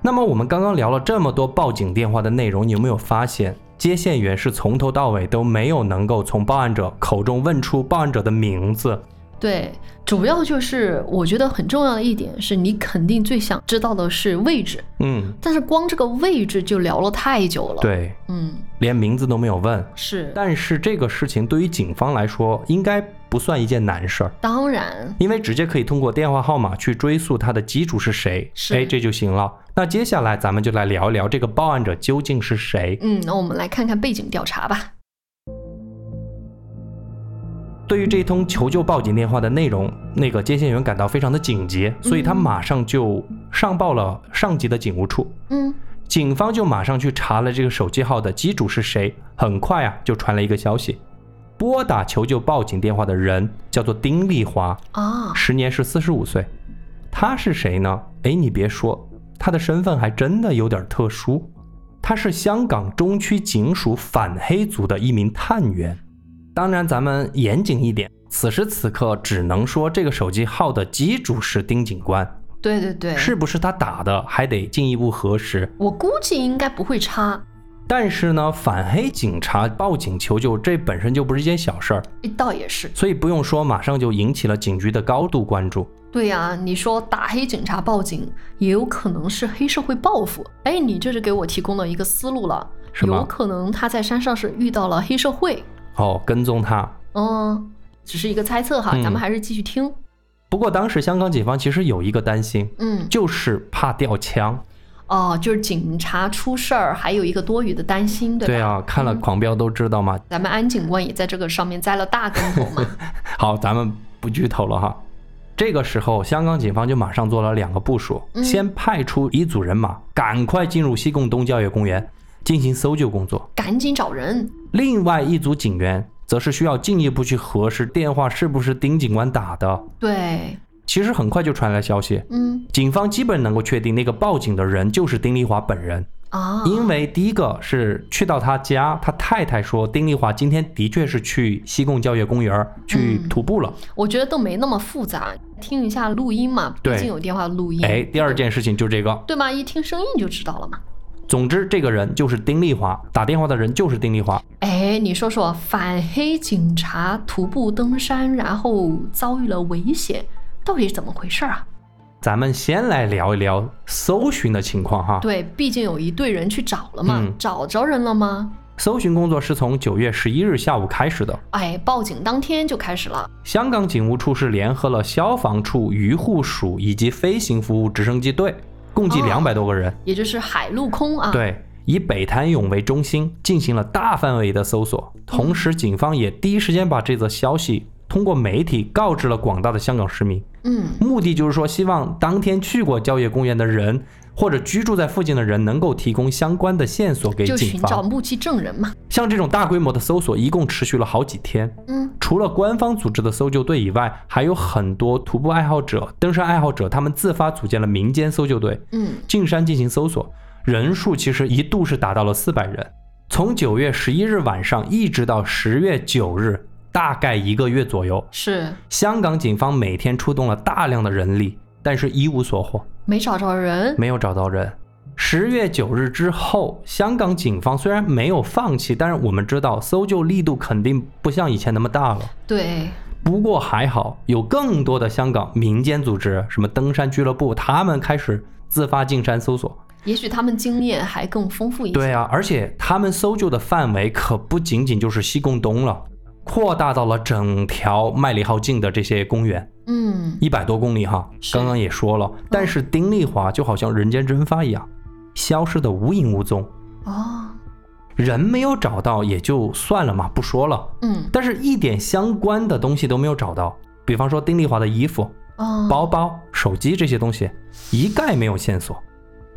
S1: 那么我们刚刚聊了这么多报警电话的内容，你有没有发现接线员是从头到尾都没有能够从报案者口中问出报案者的名字？
S2: 对，主要就是我觉得很重要的一点是你肯定最想知道的是位置，
S1: 嗯，
S2: 但是光这个位置就聊了太久了。，
S1: 对，
S2: 嗯，
S1: 连名字都没有问。
S2: 是，
S1: 但是这个事情对于警方来说，应该不算一件难事儿。
S2: 当然，
S1: 因为直接可以通过电话号码去追溯他的机主是谁，
S2: 是
S1: 哎，这就行了。那接下来咱们就来聊一聊这个报案者究竟是谁。
S2: 嗯，那我们来看看背景调查吧。
S1: 对于这通求救报警电话的内容，那个接线员感到非常的紧急，所以他马上就上报了上级的警务处。
S2: 嗯
S1: 警方就马上去查了这个手机号的机主是谁，很快啊就传来一个消息，拨打求救报警电话的人叫做丁丽华，
S2: 啊，
S1: 时年是四十五岁。他是谁呢？哎，你别说，他的身份还真的有点特殊。他是香港中区警署反黑组的一名探员。当然，咱们严谨一点，此时此刻只能说这个手机号的机主是丁警官，
S2: 对对对，
S1: 是不是他打的，还得进一步核实。
S2: 我估计应该不会差。
S1: 但是呢，反黑警察报警求救，这本身就不是一件小事儿，
S2: 诶倒也是，
S1: 所以不用说，马上就引起了警局的高度关注。
S2: 对呀、你说打黑警察报警，也有可能是黑社会报复。哎，你这是给我提供了一个思路了，
S1: 是吗
S2: 有可能他在山上是遇到了黑社会。
S1: 哦，跟踪他，
S2: 嗯，只是一个猜测哈，
S1: 嗯
S2: 咱们还是继续听。
S1: 不过当时香港警方其实有一个担心，
S2: 嗯，
S1: 就是怕掉枪。
S2: 哦，就是警察出事儿，还有一个多余的担心，对吧？嗯
S1: 对啊，看了《狂飙》都知道嘛。
S2: 咱们安警官也在这个上面栽了大跟 *laughs* 头嘛。
S1: *laughs* 好，咱们不剧透了哈。这个时候，香港警方就马上做了两个部署，
S2: 嗯
S1: 先派出一组人马，赶快进入西贡东郊野公园进行搜救工作；
S2: 赶紧找人。
S1: 另外一组警员则是需要进一步去核实电话是不是丁警官打的。
S2: 对，
S1: 其实很快就传来消息，
S2: 嗯
S1: 警方基本能够确定那个报警的人就是丁丽华本人。
S2: 啊，
S1: 因为第一个是去到他家，他太太说丁丽华今天的确是去西贡郊野公园儿去
S2: 嗯
S1: 徒步了。
S2: 我觉得都没那么复杂，听一下录音嘛，毕
S1: 对
S2: 竟有电话录音。
S1: 哎，第二件事情就这个。
S2: 对吗？一听声音就知道了嘛。
S1: 总之，这个人就是丁丽华，打电话的人就是丁丽华。
S2: 哎，你说说，反黑警察徒步登山，然后遭遇了危险，到底是怎么回事啊？
S1: 咱们先来聊一聊搜寻的情况哈。
S2: 对，毕竟有一队人去找了嘛，
S1: 啊嗯
S2: 找着人了吗？
S1: 搜寻工作是从九月十一日下午开始的。
S2: 哎，报警当天就开始了。
S1: 香港警务处是联合了消防处、渔护署以及飞行服务直升机队，共计
S2: 哦
S1: 两百多个人，
S2: 也就是海陆空啊，，
S1: 对，以北潭涌为中心进行了大范围的搜索。同时，
S2: 嗯
S1: 警方也第一时间把这则消息通过媒体告知了广大的香港市民，
S2: 嗯，
S1: 目的就是说，希望当天去过郊野公园的人或者居住在附近的人能够提供相关的线索给
S2: 就
S1: 警
S2: 寻找
S1: 方。
S2: 目击证人嘛，
S1: 像这种大规模的搜索，一共持续了好几天。
S2: 嗯，
S1: 除了官方组织的搜救队以外，还有很多徒步爱好者、登山爱好者，他们自发组建了民间搜救队，
S2: 嗯，
S1: 进山进行搜索，人数其实一度是达到了四百人。从九月十一日晚上一直到十月九日，大概一个月左右，
S2: 是
S1: 香港警方每天出动了大量的人力，但是一无所获，
S2: 没找着人，
S1: 没有找到人。十月九日之后，香港警方虽然没有放弃，但是我们知道搜救力度肯定不像以前那么大了。
S2: 对，
S1: 不过还好，有更多的香港民间组织，什么登山俱乐部，他们开始自发进山搜索。
S2: 也许他们经验还更丰富一些，
S1: 对啊，而且他们搜救的范围可不仅仅就是西贡东了，扩大到了整条麦理浩径的这些公园，
S2: 嗯，
S1: 一百多公里哈。
S2: 是
S1: 刚刚也说了，但是丁丽华就好像人间蒸发一样，消失的无影无踪，
S2: 哦，
S1: 人没有找到也就算了嘛，不说了。
S2: 嗯，
S1: 但是一点相关的东西都没有找到，比方说丁丽华的衣服，
S2: 哦，
S1: 包包、手机这些东西一概没有线索。
S2: 哦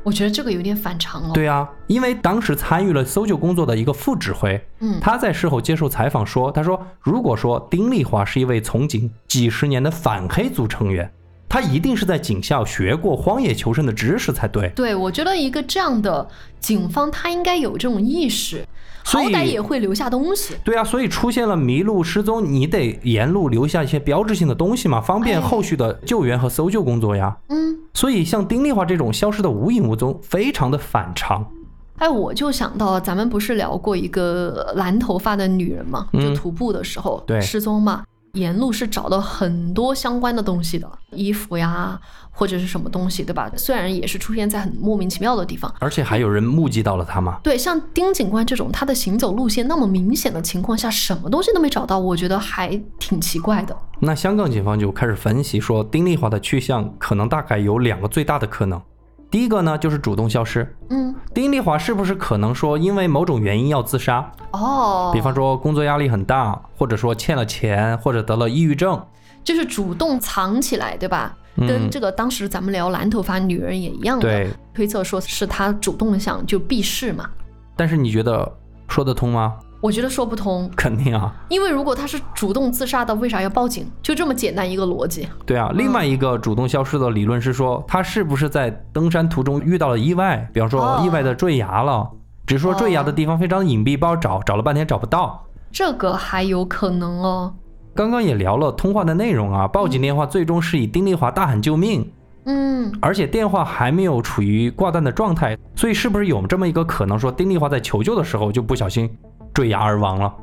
S2: 我觉得这个有点反常哦了，，
S1: 对啊，因为当时参与了搜救工作的一个副指挥，
S2: 嗯，
S1: 他在事后接受采访说：“他说，如果说丁丽华是一位从警几十年的反黑组成员，他一定是在警校学过荒野求生的知识才对。
S2: 对，我觉得一个这样的警方，他应该有这种意识，好
S1: 所以
S2: 歹也会留下东西。
S1: 对啊，所以出现了迷路、失踪，你得沿路留下一些标志性的东西嘛，方便
S2: 哎
S1: 后续的救援和搜救工作呀。
S2: 嗯，
S1: 所以像丁丽华这种消失的无影无踪，非常的反常。
S2: 哎，我就想到咱们不是聊过一个蓝头发的女人嘛，
S1: 嗯
S2: 就徒步的时候、
S1: 对
S2: 失踪嘛，沿路是找到很多相关的东西的，衣服呀或者是什么东西，对吧？虽然也是出现在很莫名其妙的地方。
S1: 而且还有人目击到了他嘛。”
S2: 对，像丁警官这种，他的行走路线那么明显的情况下，什么东西都没找到，我觉得还挺奇怪的。
S1: 那香港警方就开始分析说，丁丽华的去向可能大概有两个最大的可能。第一个呢，就是主动消失。
S2: 嗯，
S1: 丁丽华是不是可能说因为某种原因要自杀？
S2: 哦，
S1: 比方说工作压力很大，或者说欠了钱，或者得了抑郁症。
S2: 就是主动藏起来，对吧？跟这个当时咱们聊蓝头发女人也一样的，
S1: 嗯对，
S2: 推测说是她主动想就避世嘛。
S1: 但是你觉得说得通吗？
S2: 我觉得说不通，
S1: 肯定啊，
S2: 因为如果她是主动自杀的，为啥要报警？就这么简单一个逻辑。
S1: 对啊。另外一个
S2: 嗯
S1: 主动消失的理论是说，他是不是在登山途中遇到了意外，比方说
S2: 哦
S1: 意外的坠崖了，只是说坠崖的地方非常隐蔽，不好找，找了半天找不到。
S2: 这个还有可能哦，
S1: 刚刚也聊了通话的内容啊，报警电话最终是以丁丽华大喊救命，
S2: 嗯，
S1: 而且电话还没有处于挂断的状态，所以是不是有这么一个可能，说丁丽华在求救的时候就不小心坠崖而亡了？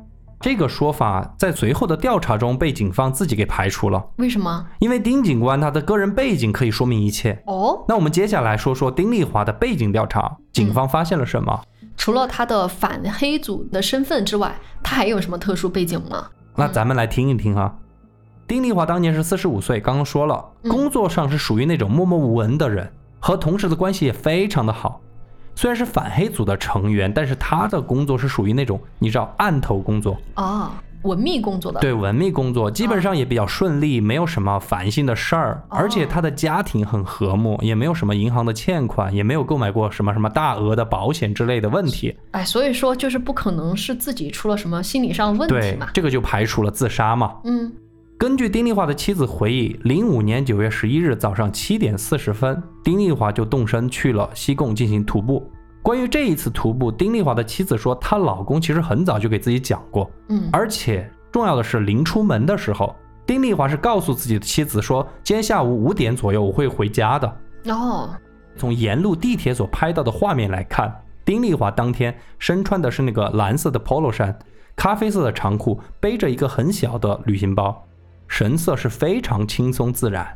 S1: 这个说法在随后的调查中被警方自己给排除了，
S2: 为什么？
S1: 因为丁警官他的个人背景可以说明一切。
S2: 哦，
S1: 那我们接下来说说丁丽华的背景调查，警方发现了什么？
S2: 除了她的反黑组的身份之外，她还有什么特殊背景吗？
S1: 那咱们来听一听啊。丁丽华当年是四十五岁，刚刚说了，
S2: 嗯
S1: 工作上是属于那种默默无闻的人，和同事的关系也非常的好。虽然是反黑组的成员，但是他的工作是属于那种你知道案头工作，
S2: 哦，文秘工作的，
S1: 对文秘工
S2: 嗯
S1: 作，基本上也比较顺利，没有什么烦心的事儿。
S2: 哦
S1: 而且他的家庭很和睦，也没有什么银行的欠款，也没有购买过什么什么大额的保险之类的问题。
S2: 哎，所以说就是不可能是自己出了什么心理上的问题
S1: 对
S2: 嘛，。
S1: 这个就排除了自杀嘛。
S2: 嗯，
S1: 根据丁丽华的妻子回忆，零五年九月十一日早上七点四十分，丁丽华就动身去了西贡进行徒步。关于这一次徒步，丁丽华的妻子说，她老公其实很早就给自己讲过，
S2: 嗯，
S1: 而且重要的是，临出门的时候，丁丽华是告诉自己的妻子说，今天下午五点左右我会回家的。
S2: 哦，
S1: 从沿路地铁所拍到的画面来看，丁丽华当天身穿的是那个蓝色的 polo 衫、咖啡色的长裤，背着一个很小的旅行包，神色是非常轻松自然。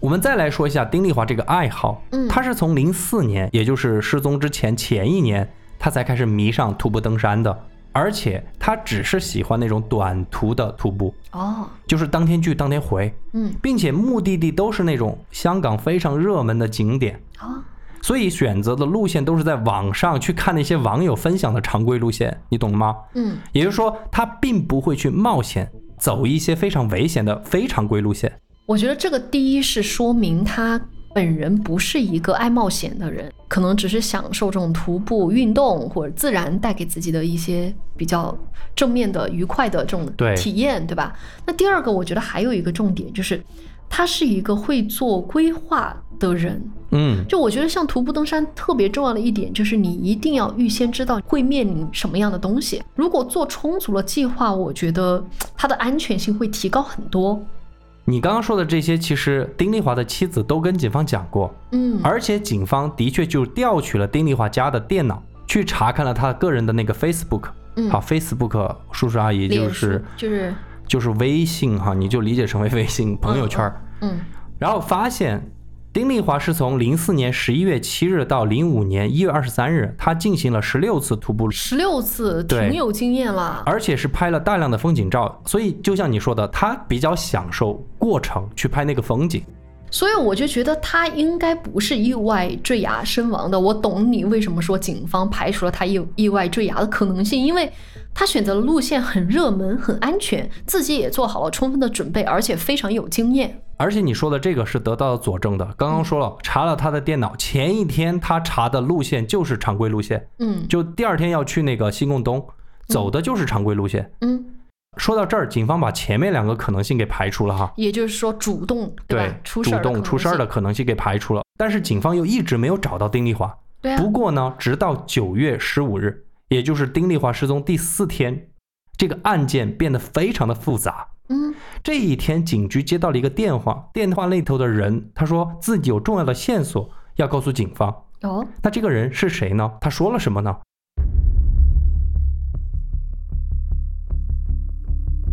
S1: 我们再来说一下丁丽华这个爱好，
S2: 嗯
S1: 她是从零四年，也就是失踪之前前一年，她才开始迷上徒步登山的，而且她只是喜欢那种短途的徒步，
S2: 哦，
S1: 就是当天去当天回，
S2: 嗯，
S1: 并且目的地都是那种香港非常热门的景点，
S2: 啊，
S1: 所以选择的路线都是在网上去看那些网友分享的常规路线，你懂吗？
S2: 嗯，
S1: 也就是说，他并不会去冒险走一些非常危险的非常规路线。
S2: 我觉得这个第一是说明他本人不是一个爱冒险的人，可能只是享受这种徒步运动或者自然带给自己的一些比较正面的、愉快的这种
S1: 对
S2: 体验，对吧？那第二个，我觉得还有一个重点就是，他是一个会做规划的人。
S1: 嗯，
S2: 就我觉得像徒步登山特别重要的一点，就是你一定要预先知道会面临什么样的东西。如果做充足了计划，我觉得嘖它的安全性会提高很多。
S1: 你刚刚说的这些，其实丁丽华的妻子都跟警方讲过，
S2: 嗯，
S1: 而且警方的确就调取了丁丽华家的电脑，去查看了他个人的那个 Facebook。
S2: 嗯
S1: 好，Facebook 叔叔阿姨就
S2: 脸
S1: 是
S2: 书就是
S1: 就是微信哈，你就理解成为微信朋友圈儿。
S2: 嗯
S1: 然后发现丁丽华是从零四年十一月七日到零五年一月二十三日，她进行了十六次徒步，
S2: 十六次，
S1: 对
S2: 挺有经验了。
S1: 而且是拍了大量的风景照。所以就像你说的，她比较享受过程，去拍那个风景。
S2: 所以我就觉得他应该不是意外坠崖身亡的。我懂你为什么说警方排除了他意意外坠崖的可能性，因为他选择的路线很热门、很安全，自己也做好了充分的准备，而且非常有经验。
S1: 而且你说的这个是得到佐证的。刚刚说了，查了她的电脑，前一天她查的路线就是常规路线，
S2: 嗯
S1: 就第二天要去那个西贡东，走的就是常规路线。
S2: 嗯，
S1: 说到这儿，警方把前面两个可能性给排除了哈。
S2: 也就是说主动吧？出
S1: 主
S2: 事儿的可
S1: 动
S2: 能
S1: 出事儿的
S2: 性，
S1: 可能性给排除了。但是警方又一直没有找到丁丽华。
S2: 对啊
S1: 不，过呢，直到九月十五日，也就是丁丽华失踪第四天，这个案件变得非常的复杂。
S2: 嗯
S1: 这一天，警局接到了一个电话，电话那头的人他说自己有重要的线索要告诉警方。
S2: 哦，
S1: 那这个人是谁呢？他说了什么呢？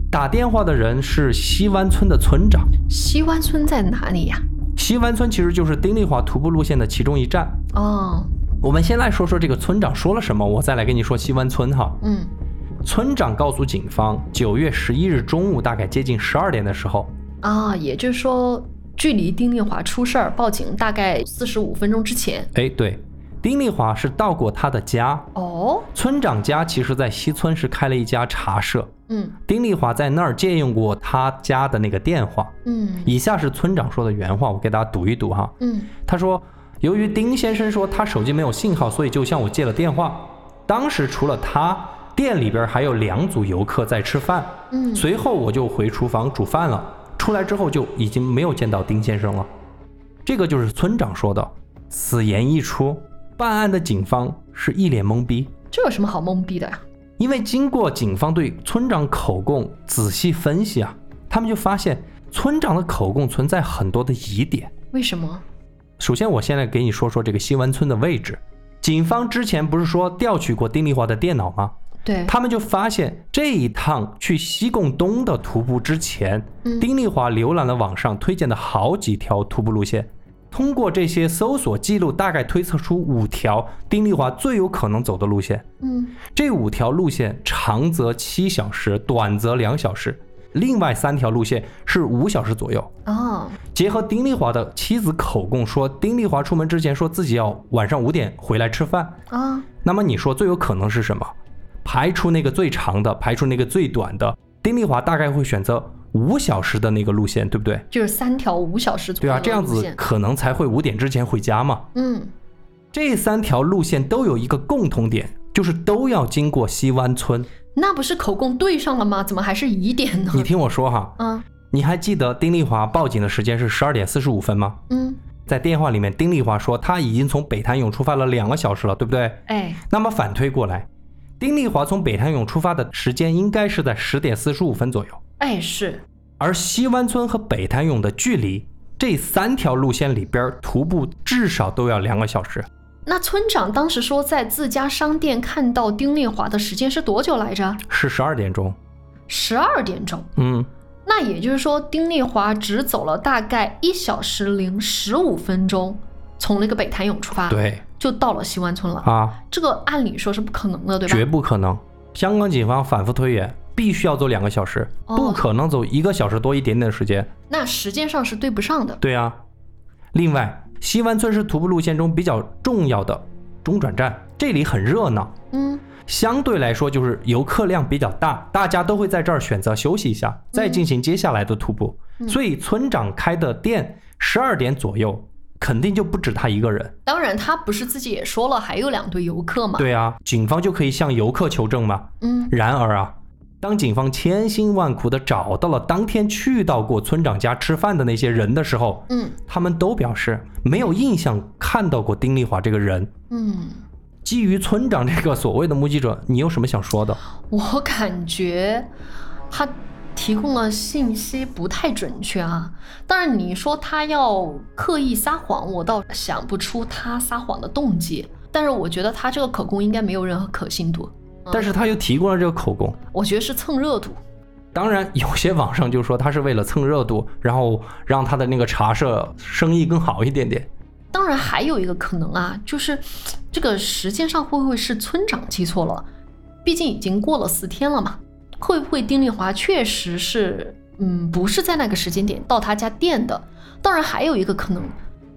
S1: 打电话的人是西湾村的村长。
S2: 西湾村在哪里呀、
S1: 西湾村其实就是丁丽华徒步路线的其中一站。
S2: 哦，
S1: 我们先来说说这个村长说了什么，我再来跟你说西湾村哈。
S2: 嗯
S1: 村长告诉警方，九月十一日中午大概接近十二点的时候，
S2: 啊，也就是说，距离丁丽华出事儿报警大概四十五分钟之前。
S1: 哎，对，丁丽华是到过他的家。
S2: 哦，
S1: 村长家其实在西村是开了一家茶社，
S2: 嗯
S1: 丁丽华在那儿借用过他家的那个电话。
S2: 嗯
S1: 以下是村长说的原话，我给大家读一读哈。
S2: 嗯
S1: 他说，由于丁先生说他手机没有信号，所以就向我借了电话。当时除了他，店里边还有两组游客在吃饭。
S2: 嗯
S1: 随后我就回厨房煮饭了。出来之后就已经没有见到丁先生了。这个就是村长说的。此言一出，办案的警方是一脸懵逼，
S2: 这有什么好懵逼的呀、
S1: 因为经过警方对村长口供仔细分析啊，他们就发现村长的口供存在很多的疑点。
S2: 为什么？
S1: 首先，我先来给你说说这个西湾村的位置。警方之前不是说调取过丁丽华的电脑吗？
S2: 对，
S1: 他们就发现这一趟去西贡东的徒步之前，
S2: 嗯
S1: 丁丽华浏览了网上推荐的好几条徒步路线，通过这些搜索记录，大概推测出五条丁丽华最有可能走的路线。
S2: 嗯
S1: 这五条路线长则七小时，短则两小时，另外三条路线是五小时左右。
S2: 哦，
S1: 结合丁丽华的妻子口供说，丁丽华出门之前说自己要晚上五点回来吃饭。
S2: 啊
S1: 那么你说最有可能是什么？排除那个最长的，排除那个最短的，丁丽华大概会选择五小时的那个路线，对不对？
S2: 就是三条五小时左
S1: 对
S2: 右
S1: 啊，
S2: 的
S1: 这样
S2: 路
S1: 子
S2: 线
S1: 可能才会五点之前回家嘛。
S2: 嗯
S1: 这三条路线都有一个共同点，就是都要经过西湾村。
S2: 那不是口供对上了吗？怎么还是疑点呢？
S1: 你听我说哈，
S2: 嗯
S1: 你还记得丁丽华报警的时间是十二点四十五分吗？
S2: 嗯，
S1: 在电话里面，丁丽华说她已经从北潭涌出发了两个小时了，对不对？
S2: 哎，
S1: 那么反推过来，丁丽华从北潭涌出发的时间应该是在十点四十五分左右，
S2: 哎是，
S1: 而西湾村和北潭涌的距离，这三条路线里边徒步至少都要两个小时。
S2: 那村长当时说在自家商店看到丁丽华的时间是多久来着？
S1: 是十二点钟，
S2: 十二点钟。
S1: 嗯，
S2: 那也就是说，丁丽华只走了大概一小时零十五分钟，从那个北潭涌出发，，
S1: 对
S2: 就到了西湾村了。
S1: 啊，
S2: 这个按理说是不可能的，对吧？
S1: 绝不可能。香港警方反复推演，必须要走两个小时，
S2: 哦
S1: 不可能走一个小时多一点点的时间。
S2: 那时间上是对不上的。
S1: 对啊，另外，西湾村是徒步路线中比较重要的中转站，这里很热闹，
S2: 嗯，
S1: 相对来说就是游客量比较大，大家都会在这儿选择休息一下，再进行接下来的徒步。所以村长开的店十二点左右肯定就不止他一个人。
S2: 当然，他不是自己也说了，还有两队游客嘛。，
S1: 对啊，警方就可以向游客求证嘛。
S2: 嗯，
S1: 然而啊，当警方千辛万苦地找到了当天去到过村长家吃饭的那些人的时候，
S2: 嗯，
S1: 他们都表示没有印象看到过丁丽华这个人。
S2: 嗯，
S1: 基于村长这个所谓的目击者，你有什么想说的？
S2: 我感觉他提供的信息不太准确啊。当然，你说他要刻意撒谎，我倒想不出他撒谎的动机。但是我觉得他这个口供应该没有任何可信度，
S1: 但是他又提供了这个口供。
S2: 我觉得是蹭热度。
S1: 当然，有些网上就说他是为了蹭热度，然后让他的那个茶社生意更好一点点。
S2: 当然，还有一个可能啊，就是这个时间上会不会是村长记错了？毕竟已经过了四天了嘛，会不会丁丽华确实是，嗯，不是在那个时间点到他家店的？当然，还有一个可能，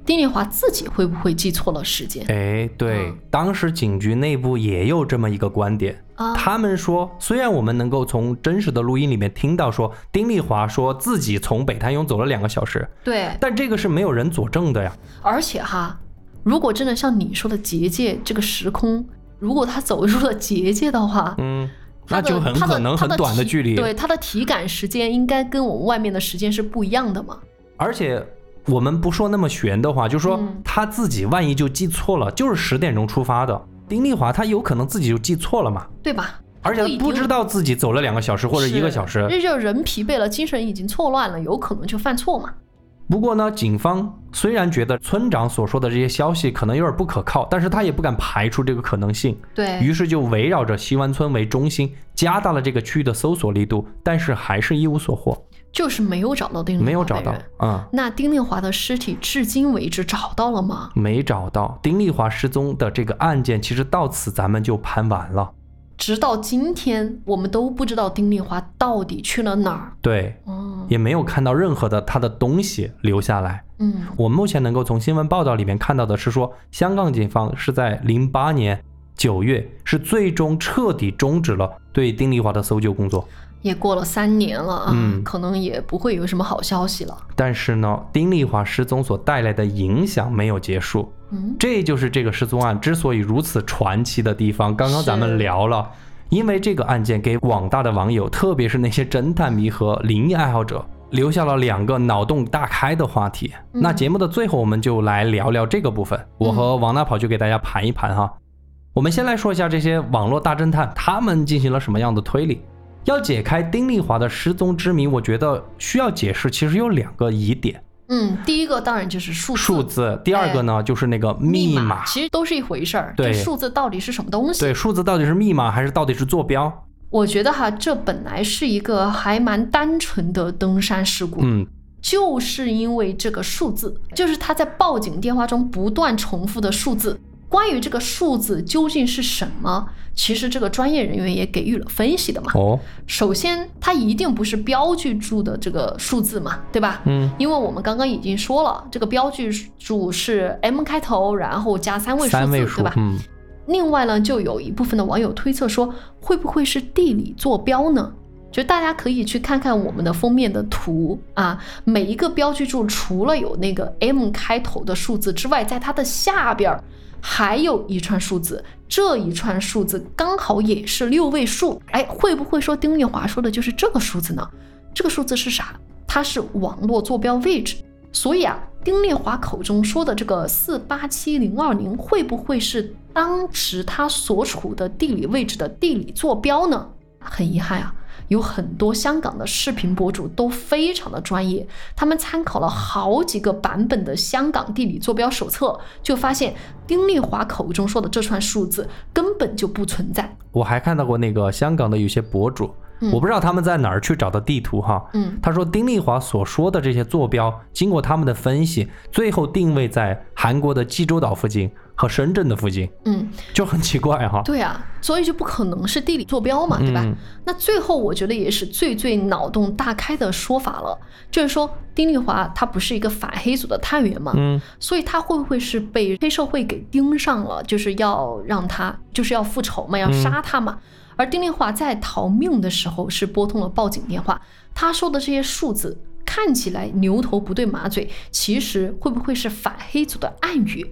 S2: 丁丽华自己会不会记错了时间
S1: 哎，对，
S2: 嗯
S1: 当时警局内部也有这么一个观点，
S2: 啊？
S1: 他们说，虽然我们能够从真实的录音里面听到说丁丽华说自己从北潭涌走了两个小时，
S2: 对，
S1: 但这个是没有人佐证的呀。
S2: 而且哈，如果真的像你说的结界这个时空，如果他走入了结界的话，
S1: 嗯，
S2: 他
S1: 那
S2: 的
S1: 就很
S2: 他的
S1: 可能
S2: 他
S1: 很短的
S2: 体
S1: 距离。
S2: 对，他的体感时间应该跟我们外面的时间是不一样的嘛。
S1: 而且我们不说那么玄的话，就说
S2: 嗯
S1: 他自己万一就记错了，就是十点钟出发的，丁丽华他有可能自己就记错了嘛，
S2: 对吧？
S1: 而且
S2: 一定
S1: 不知道自己走了两个小时或者一个
S2: 是
S1: 小时，
S2: 这就是人疲惫了，精神已经错乱了，有可能就犯错嘛。
S1: 不过呢，警方虽然觉得村长所说的这些消息可能有点不可靠，但是他也不敢排除这个可能性，
S2: 对
S1: 于是就围绕着西湾村为中心，加大了这个区域的搜索力度，但是还是一无所获，
S2: 就是没有找到丁丽华
S1: 没有找
S2: 本
S1: 到
S2: 人。，
S1: 嗯，
S2: 那丁丽华的尸体至今为止找到了吗？
S1: 没找到。丁丽华失踪的这个案件，其实到此咱们就盘完了。
S2: 直到今天，我们都不知道丁丽华到底去了哪儿。
S1: 对，
S2: 嗯
S1: 也没有看到任何的他的东西留下来。
S2: 嗯
S1: 我们目前能够从新闻报道里面看到的是说，香港警方是在零八年九月是最终彻底终止了对丁丽华的搜救工作。
S2: 也过了三年了啊，
S1: 嗯
S2: 可能也不会有什么好消息了。
S1: 但是呢，丁丽华失踪所带来的影响没有结束，
S2: 嗯，
S1: 这就是这个失踪案之所以如此传奇的地方。刚刚咱
S2: 是
S1: 们聊了，因为这个案件给广大的网友，特别是那些侦探迷和灵异爱好者，留下了两个脑洞大开的话题。
S2: 嗯
S1: 那节目的最后，我们就来聊聊这个部分。我和王大跑去给大家盘一盘哈。我们先来说一下这些网络大侦探，他们进行了什么样的推理。要解开丁丽华的失踪之谜，我觉得需要解释，其实有两个疑点：
S2: 嗯，第一个当然就是数字
S1: 数字。第二个呢，就是那个
S2: 密
S1: 密码。
S2: 其实都是一回事儿。
S1: 对
S2: 这数字到底是什么东西？
S1: 对，数字到底是密码还是到底是坐标？
S2: 我觉得哈，这本来是一个还蛮单纯的登山事故，
S1: 嗯，
S2: 就是因为这个数字，就是他在报警电话中不断重复的数字。关于这个数字究竟是什么，其实这个专业人员也给予了分析的嘛。
S1: 哦，
S2: 首先，它一定不是标记住的这个数字嘛，对吧？
S1: 嗯，
S2: 因为我们刚刚已经说了，这个标记住是 M 开头，然后加三位数字，
S1: 三位
S2: 对
S1: 数
S2: 吧？，
S1: 嗯，
S2: 另外呢，就有一部分的网友推测说，会不会是地理坐标呢？就大家可以去看看我们的封面的图啊，每一个标记柱除了有那个 M 开头的数字之外，在它的下边儿还有一串数字，这一串数字刚好也是六位数。哎，会不会说丁丽华说的就是这个数字呢？这个数字是啥？它是网络坐标位置。所以啊，丁丽华口中说的这个四八七零二零，会不会是当时他所处的地理位置的地理坐标呢？很遗憾啊，有很多香港的视频博主都非常的专业，他们参考了好几个版本的香港地理坐标手册，就发现丁丽华口中说的这串数字根本就不存在。
S1: 我还看到过那个香港的有些博主，
S2: 嗯
S1: 我不知道他们在哪儿去找的地图哈。
S2: 嗯
S1: 他说丁丽华所说的这些坐标，经过他们的分析，最后定位在韩国的济州岛附近和深圳的附近，
S2: 嗯，
S1: 就很奇怪哈。
S2: 对啊，所以就不可能是地理坐标嘛，对吧？
S1: 嗯
S2: 那最后我觉得也是最最脑洞大开的说法了，就是说丁丽华他不是一个反黑组的探员嘛，
S1: 嗯
S2: 所以他会不会是被黑社会给盯上了，就是要让他就是要复仇嘛，要杀他嘛？而丁丽华在逃命的时候是拨通了报警电话，他说的这些数字看起来牛头不对马嘴，其实会不会是反黑组的暗语？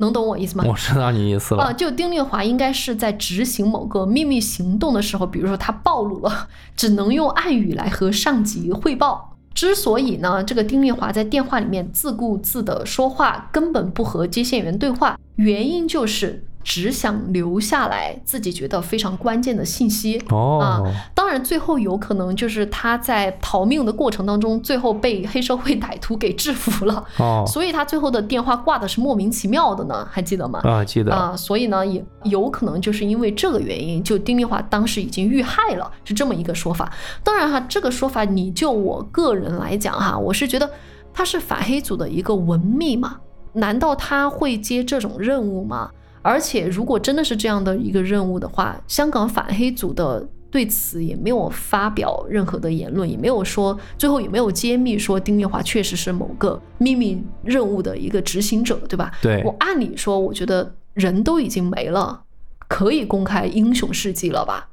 S2: 能懂我意思吗？
S1: 我知道你意思
S2: 啊、
S1: 了。
S2: 就丁丽华应该是在执行某个秘密行动的时候，比如说他暴露了，只能用暗语来和上级汇报。之所以呢，这个丁丽华在电话里面自顾自的说话，根本不和接线员对话，原因就是只想留下来自己觉得非常关键的信息。啊
S1: 哦，
S2: 当然，最后有可能就是他在逃命的过程当中，最后被黑社会歹徒给制服了，
S1: 哦，
S2: 所以他最后的电话挂的是莫名其妙的呢，还记得吗？
S1: 啊，记得，
S2: 啊，所以呢，也有可能就是因为这个原因，就丁丽华当时已经遇害了，是这么一个说法。当然哈，这个说法你就我个人来讲哈，我是觉得他是反黑组的一个文秘嘛，难道他会接这种任务吗？而且如果真的是这样的一个任务的话，香港反黑组的。对此也没有发表任何的言论，也没有说最后也没有揭秘说丁丽华确实是某个秘密任务的一个执行者，对吧？
S1: 对
S2: 我按理说，我觉得人都已经没了，可以公开英雄事迹了吧？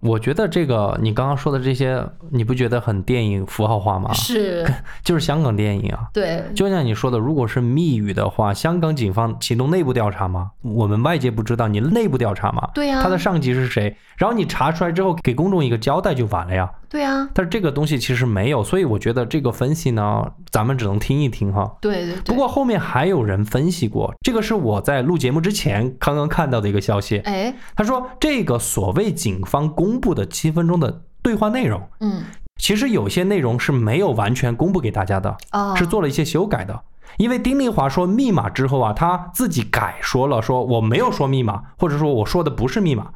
S1: 我觉得这个你刚刚说的这些，你不觉得很电影符号化吗？ *laughs*
S2: 是，
S1: 就是香港电影啊。
S2: 对，
S1: 就像你说的，如果是密语的话，香港警方启动内部调查吗？我们外界不知道，你内部调查吗？
S2: 对呀
S1: 他的上级是谁？然后你查出来之后，给公众一个交代就完了呀。
S2: 对啊，
S1: 但是这个东西其实没有，所以我觉得这个分析呢，咱们只能听一听哈。
S2: 对对对。
S1: 不过，后面还有人分析过，这个是我在录节目之前刚刚看到的一个消息。
S2: 哎，
S1: 他说，这个所谓警方公布的七分钟的对话内容，
S2: 嗯，
S1: 其实有些内容是没有完全公布给大家的，
S2: 哦，
S1: 是做了一些修改的。因为丁丽华说密码之后啊，他自己改说了，说我没有说密码，或者说我说的不是密码。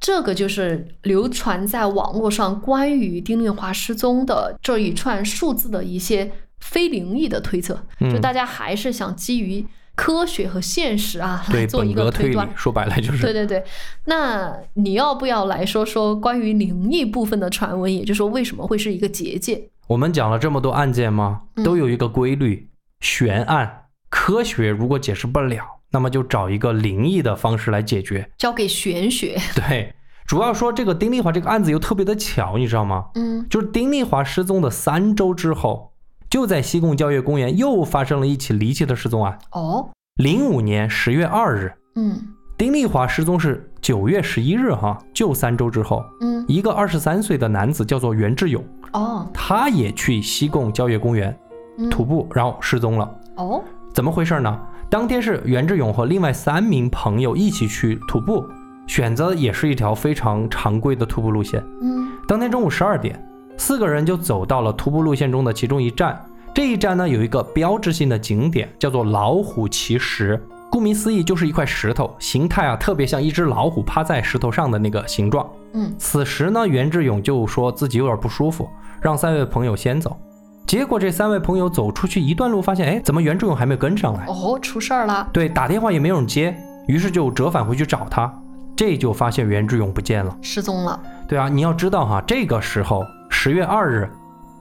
S2: 这个就是流传在网络上关于丁丽华失踪的这一串数字的一些非灵异的推测，
S1: 嗯
S2: 就大家还是想基于科学和现实啊来
S1: 对，
S2: 做一
S1: 本格
S2: 个推
S1: 推理
S2: 断。
S1: 说白了就是
S2: 对对对，那你要不要来说说关于灵异部分的传闻，也就是说为什么会是一个结界？
S1: 我们讲了这么多案件吗？
S2: 嗯
S1: 都有一个规律，悬案科学如果解释不了，那么就找一个灵异的方式来解决。 *laughs*
S2: 交给玄学，
S1: 对，主要说这个丁丽华这个案子又特别的巧，你知道吗？
S2: 嗯
S1: 就是丁丽华失踪的三周之后，就在西贡教育公园又发生了一起离奇的失踪案。
S2: 哦，
S1: 零五年十月二日，
S2: 嗯
S1: 丁丽华失踪是九月十一日，哈，就三周之后，
S2: 嗯
S1: 一个二十三岁的男子叫做袁志勇，
S2: 哦，
S1: 他也去西贡教育公园
S2: 嗯
S1: 徒步，然后失踪了。
S2: 哦，
S1: 怎么回事呢？当天是袁志勇和另外三名朋友一起去徒步，选择也是一条非常常规的徒步路线。
S2: 嗯
S1: 当天中午十二点，四个人就走到了徒步路线中的其中一站。这一站呢，有一个标志性的景点，叫做老虎骑石。顾名思义，就是一块石头，形态啊特别像一只老虎趴在石头上的那个形状。
S2: 嗯
S1: 此时呢，袁志勇就说自己有点不舒服，让三位朋友先走。结果这三位朋友走出去一段路，发现哎，怎么袁志勇还没有跟上来？
S2: 哦，出事儿了，
S1: 对，打电话也没有人接，于是就折返回去找他。这就发现袁志勇不见了。
S2: 失踪了，
S1: 对啊，你要知道哈，这个时候十月二日，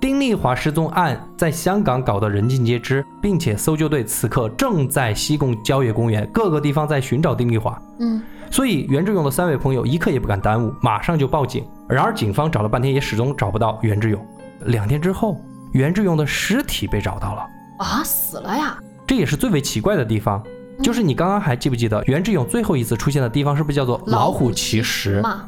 S1: 丁丽华失踪案在香港搞得人尽皆知，并且搜救队此刻正在西贡郊野公园各个地方在寻找丁丽华。
S2: 嗯
S1: 所以袁志勇的三位朋友一刻也不敢耽误，马上就报警。然而警方找了半天也始终找不到袁志勇。两天之后，袁志勇的尸体被找到了，
S2: 啊，死了呀，
S1: 这也是最为奇怪的地方。就是你刚刚还记不记得袁志勇最后一次出现的地方是不是叫做老虎骑石？
S2: 嘛，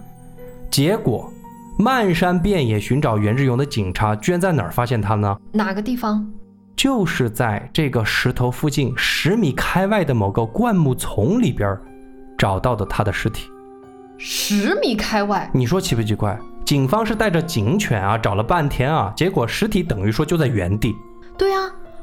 S1: 结果漫山遍野寻找袁志勇的警察居然在哪儿发现他呢？
S2: 哪个地方？
S1: 就是在这个石头附近十米开外的某个灌木丛里边儿找到的他的尸体。
S2: 十米开外，
S1: 你说奇不奇怪？警方是带着警犬啊，找了半天啊，结果尸体等于说就在原地。
S2: 对呀、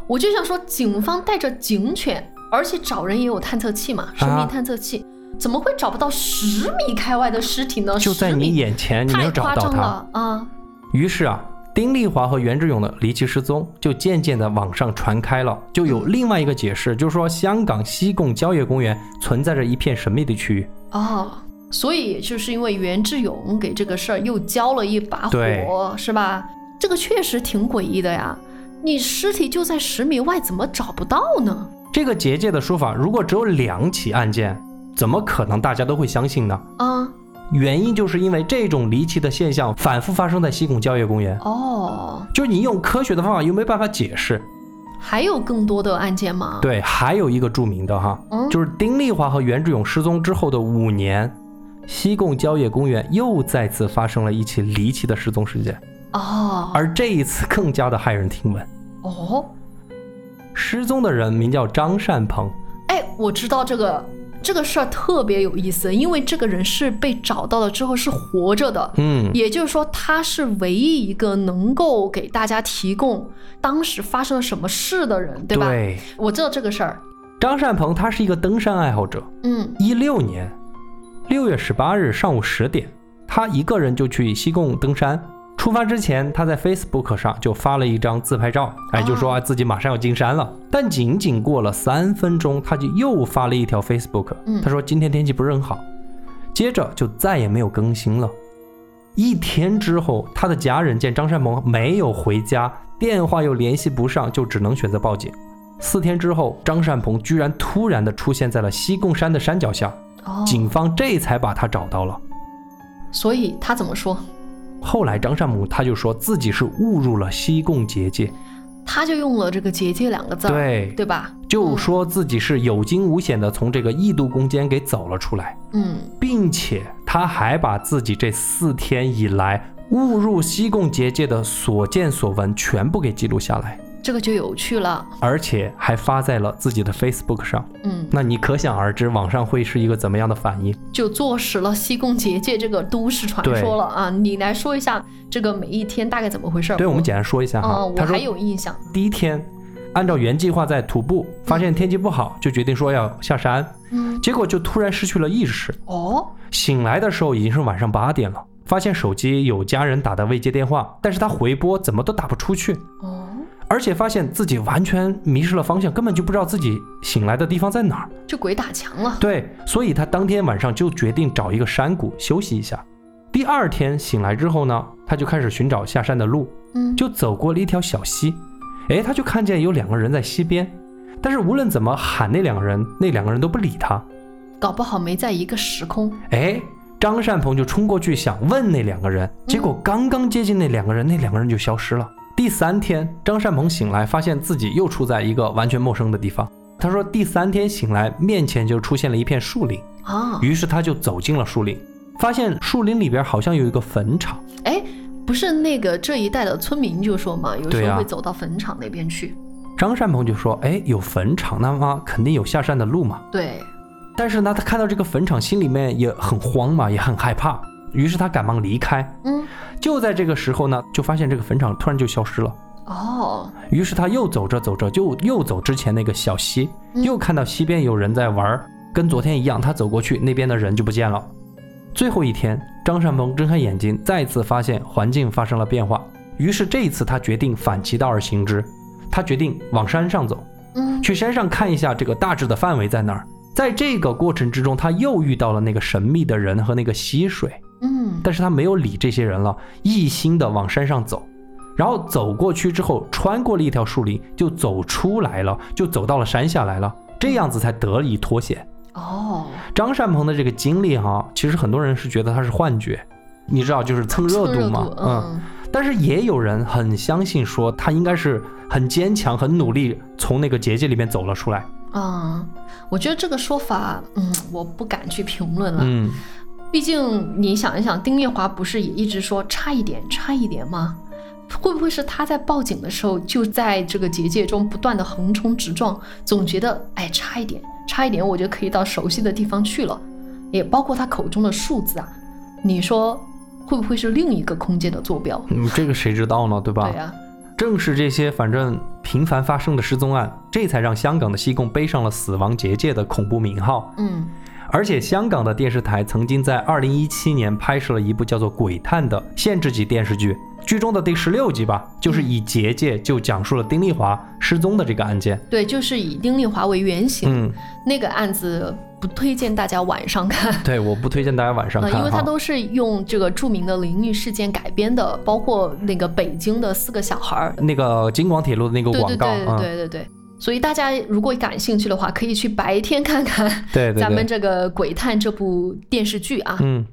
S2: 我
S1: 啊
S2: 就想说，警方带着警犬，而且找人也有探测器嘛，生命探测器。怎么会找不到十米开外的尸体呢？
S1: 就在
S2: 10米
S1: 你眼前，你没
S2: 太
S1: 有找
S2: 夸
S1: 不到
S2: 张
S1: 他。
S2: 了啊！
S1: 于是啊，丁丽华和袁志勇的离奇失踪就渐渐的往上传开了，就有另外一个解释，就是说香港西贡郊野公园存在着一片神秘的区域。
S2: 哦，所以就是因为袁志勇给这个事儿又浇了一把
S1: 对
S2: 火，是吧？这个确实挺诡异的呀。你尸体就在十米外，怎么找不到呢？
S1: 这个结界的说法，如果只有两起案件，怎么可能大家都会相信呢？
S2: 啊，
S1: 原因就是因为这种离奇的现象反复发生在西贡郊野公园，
S2: 哦，
S1: 就是你用科学的方法又没办法解释。
S2: 还有更多的案件吗？，
S1: 对，还有一个著名的哈，
S2: 嗯
S1: 就是丁丽华和袁志勇失踪之后的五年，西贡郊野公园又再次发生了一起离奇的失踪事件，
S2: 哦，
S1: 而这一次更加的骇人听闻。
S2: 哦，
S1: 失踪的人名叫张善鹏，
S2: 哎，我知道这个这个事儿特别有意思，因为这个人是被找到了之后是活着的，
S1: 嗯，
S2: 也就是说他是唯一一个能够给大家提供当时发生了什么事的人，对吧？
S1: 对，
S2: 我知道这个事儿，
S1: 张善鹏他是一个登山爱好者，
S2: 嗯，
S1: 一六年六月十八日上午十点，他一个人就去西贡登山。出发之前，他在 Facebook 上就发了一张自拍照，哎，就说啊自己马上要进山了。但仅仅过了三分钟，他就又发了一条 Facebook，
S2: 嗯
S1: 他说今天天气不是很好，接着就再也没有更新了。一天之后，他的家人见张善鹏没有回家，电话又联系不上，就只能选择报警。四天之后，张善鹏居然突然的出现在了西贡山的山脚下，
S2: 哦，
S1: 警方这才把他找到了。
S2: 所以他怎么说？
S1: 后来张善母他就说自己是误入了西贡结界，
S2: 他就用了这个“结界”两个字儿，
S1: 对，
S2: 对吧？
S1: 就说自己是有惊无险的从这个异度空间给走了出来，
S2: 嗯，
S1: 并且他还把自己这四天以来误入西贡结界的所见所闻全部给记录下来，
S2: 这个就有趣了，
S1: 而且还发在了自己的 Facebook 上。
S2: 嗯，
S1: 那你可想而知，网上会是一个怎么样的反应？
S2: 就坐实了西贡结界这个都市传说了啊！你来说一下这个每一天大概怎么回事儿？
S1: 对，我们简单说一下哈。
S2: 哦，我
S1: 他说
S2: 还有印象，
S1: 第一天，按照原计划在徒步，发现天气不好，就决定说要下山，
S2: 嗯，
S1: 结果就突然失去了意识。
S2: 哦，
S1: 醒来的时候已经是晚上八点了，发现手机有家人打的未接电话，但是他回拨怎么都打不出去，
S2: 哦，
S1: 而且发现自己完全迷失了方向，根本就不知道自己醒来的地方在哪儿。
S2: 就鬼打墙了，
S1: 对，所以他当天晚上就决定找一个山谷休息一下。第二天醒来之后呢，他就开始寻找下山的路，
S2: 嗯，
S1: 就走过了一条小溪，哎，他就看见有两个人在溪边，但是无论怎么喊那两个人，那两个人都不理他。
S2: 搞不好没在一个时空，
S1: 哎，张善鹏就冲过去想问那两个人，结果刚刚接近那两个人，那两个人就消失了。第三天，张善鹏醒来，发现自己又处在一个完全陌生的地方。他说，第三天醒来，面前就出现了一片树林，
S2: 啊，
S1: 于是他就走进了树林，发现树林里边好像有一个坟场。
S2: 哎，不是那个这一带的村民就说嘛，有
S1: 对
S2: 时
S1: 啊
S2: 候会走到坟场那边去，
S1: 张善鹏就说：“哎，有坟场，那么肯定有下山的路嘛。”
S2: 对，
S1: 但是呢，他看到这个坟场，心里面也很慌嘛，也很害怕，于是他赶忙离开。
S2: 嗯，
S1: 就在这个时候呢，就发现这个坟场突然就消失了。
S2: 哦，
S1: 于是他又走着走着，就又走之前那个小溪，
S2: 嗯
S1: 又看到溪边有人在玩儿，跟昨天一样，他走过去，那边的人就不见了。最后一天，张善鹏睁开眼睛，再次发现环境发生了变化，于是这一次他决定反其道而行之，他决定往山上走。
S2: 嗯，
S1: 去山上看一下这个大致的范围在哪儿。在这个过程之中，他又遇到了那个神秘的人和那个溪水，
S2: 嗯，
S1: 但是他没有理这些人了，一心的往山上走。然后走过去之后，穿过了一条树林，就走出来了，就走到了山下来了，这样子才得以脱险。
S2: 哦，
S1: 张善鹏的这个经历哈、其实很多人是觉得他是幻觉，你知道，就是蹭热
S2: 蹭
S1: 度嘛，
S2: 度，嗯，
S1: 但是也有人很相信说他应该是很坚强、很努力从那个结界里面走了出来。
S2: 啊、我觉得这个说法，嗯，我不敢去评论了。
S1: 嗯，
S2: 毕竟你想一想，丁丽华不是也一直说差一点，差一点吗？会不会是他在报警的时候，就在这个结界中不断的横冲直撞，总觉得哎差一点，差一点，我就可以到熟悉的地方去了。也包括他口中的数字啊，你说会不会是另一个空间的坐标？
S1: 嗯，这个谁知道呢，对吧？
S2: 对呀、啊
S1: 正是这些反正频繁发生的失踪案，这才让香港的西贡背上了“死亡结界”的恐怖名号。
S2: 嗯，
S1: 而且香港的电视台曾经在二零一七年拍摄了一部叫做《鬼探》的限制级电视剧，剧中的第十六集吧，就是以结界就讲述了丁丽华失踪的这个案件。
S2: 对，就是以丁丽华为原型，
S1: 嗯，
S2: 那个案子不推荐大家晚上看。
S1: 对，我不推荐大家晚上
S2: 呃，
S1: 看哈，
S2: 因为它都是用这个著名的灵异事件改编的，包括那个北京的四个小孩儿，
S1: 那个京广铁路的那个
S2: 对
S1: 广
S2: 对
S1: 告，
S2: 对对
S1: 嗯，
S2: 对对对。所以大家如果感兴趣的话，可以去白天看看
S1: 对对
S2: 咱们
S1: 对，
S2: 这个《鬼探》这部电视剧啊。
S1: 嗯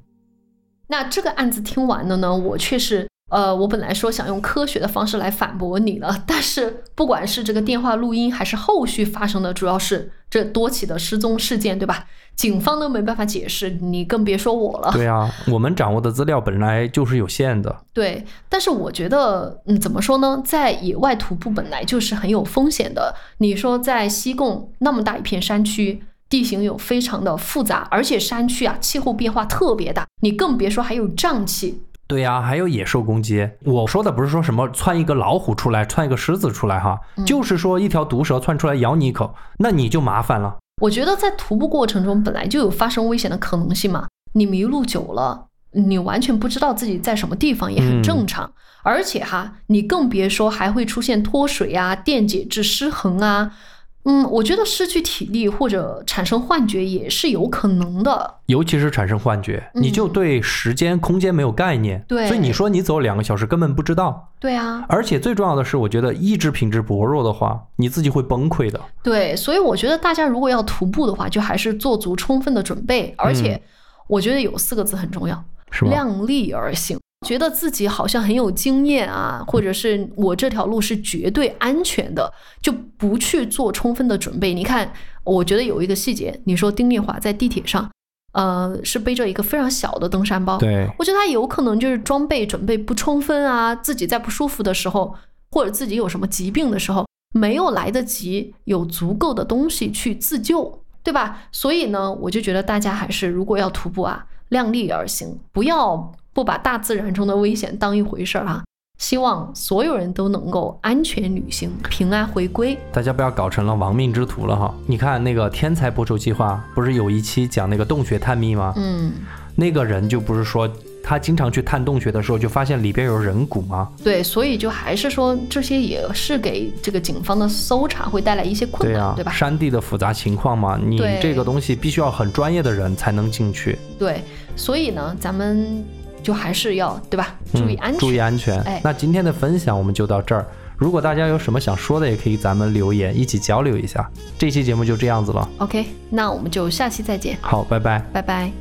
S2: 那这个案子听完了呢，我却是。呃，我本来说想用科学的方式来反驳你了，但是不管是这个电话录音，还是后续发生的，主要是这多起的失踪事件，对吧？警方都没办法解释，你更别说我了。
S1: 对啊，我们掌握的资料本来就是有限的，
S2: 对，但是我觉得，嗯，怎么说呢，在野外徒步本来就是很有风险的。你说在西贡那么大一片山区，地形有非常的复杂，而且山区啊气候变化特别大，你更别说还有瘴气。
S1: 对呀、还有野兽攻击。我说的不是说什么窜一个老虎出来，窜一个狮子出来哈，
S2: 嗯
S1: 就是说一条毒蛇窜出来咬你一口，那你就麻烦了。
S2: 我觉得在徒步过程中本来就有发生危险的可能性嘛，你迷路久了。你完全不知道自己在什么地方也很正常，而且哈，你更别说还会出现脱水啊、电解质失衡啊，嗯，我觉得失去体力或者产生幻觉也是有可能的。
S1: 尤其是产生幻觉，
S2: 嗯
S1: 你就对时间、空间没有概念。
S2: 对
S1: 所以你说你走两个小时根本不知道。
S2: 对啊，
S1: 而且最重要的是，我觉得意志品质薄弱的话，你自己会崩溃的。
S2: 对，所以我觉得大家如果要徒步的话，就还是做足充分的准备，而且我觉得有四个字很重要，
S1: 是吗？
S2: 量力而行。觉得自己好像很有经验啊，或者是我这条路是绝对安全的，就不去做充分的准备。你看，我觉得有一个细节，你说丁丽华在地铁上，呃，是背着一个非常小的登山包，
S1: 对，
S2: 我觉得他有可能就是装备准备不充分啊，自己在不舒服的时候，或者自己有什么疾病的时候，没有来得及有足够的东西去自救，对吧？所以呢，我就觉得大家还是如果要徒步啊，量力而行，不要不把大自然中的危险当一回事儿啊。希望所有人都能够安全旅行，平安回归。
S1: 大家不要搞成了亡命之徒了哈。你看那个《天才捕手计划》，不是有一期讲那个洞穴探秘吗？
S2: 嗯，
S1: 那个人就不是说他经常去探洞穴的时候，就发现里边有人骨吗？
S2: 对，所以就还是说，这些也是给这个警方的搜查会带来一些困
S1: 对
S2: 难，
S1: 呀、
S2: 对吧？
S1: 山地的复杂情况嘛，你
S2: 对
S1: 这个东西必须要很专业的人才能进去，
S2: 对，所以呢，咱们就还是要对吧？注意安全。
S1: 嗯注意安全。
S2: 哎
S1: 那今天的分享我们就到这儿。如果大家有什么想说的，也可以咱们留言一起交流一下。这期节目就这样子了，
S2: OK，那我们就下期再见，
S1: 好，拜拜。
S2: 拜拜。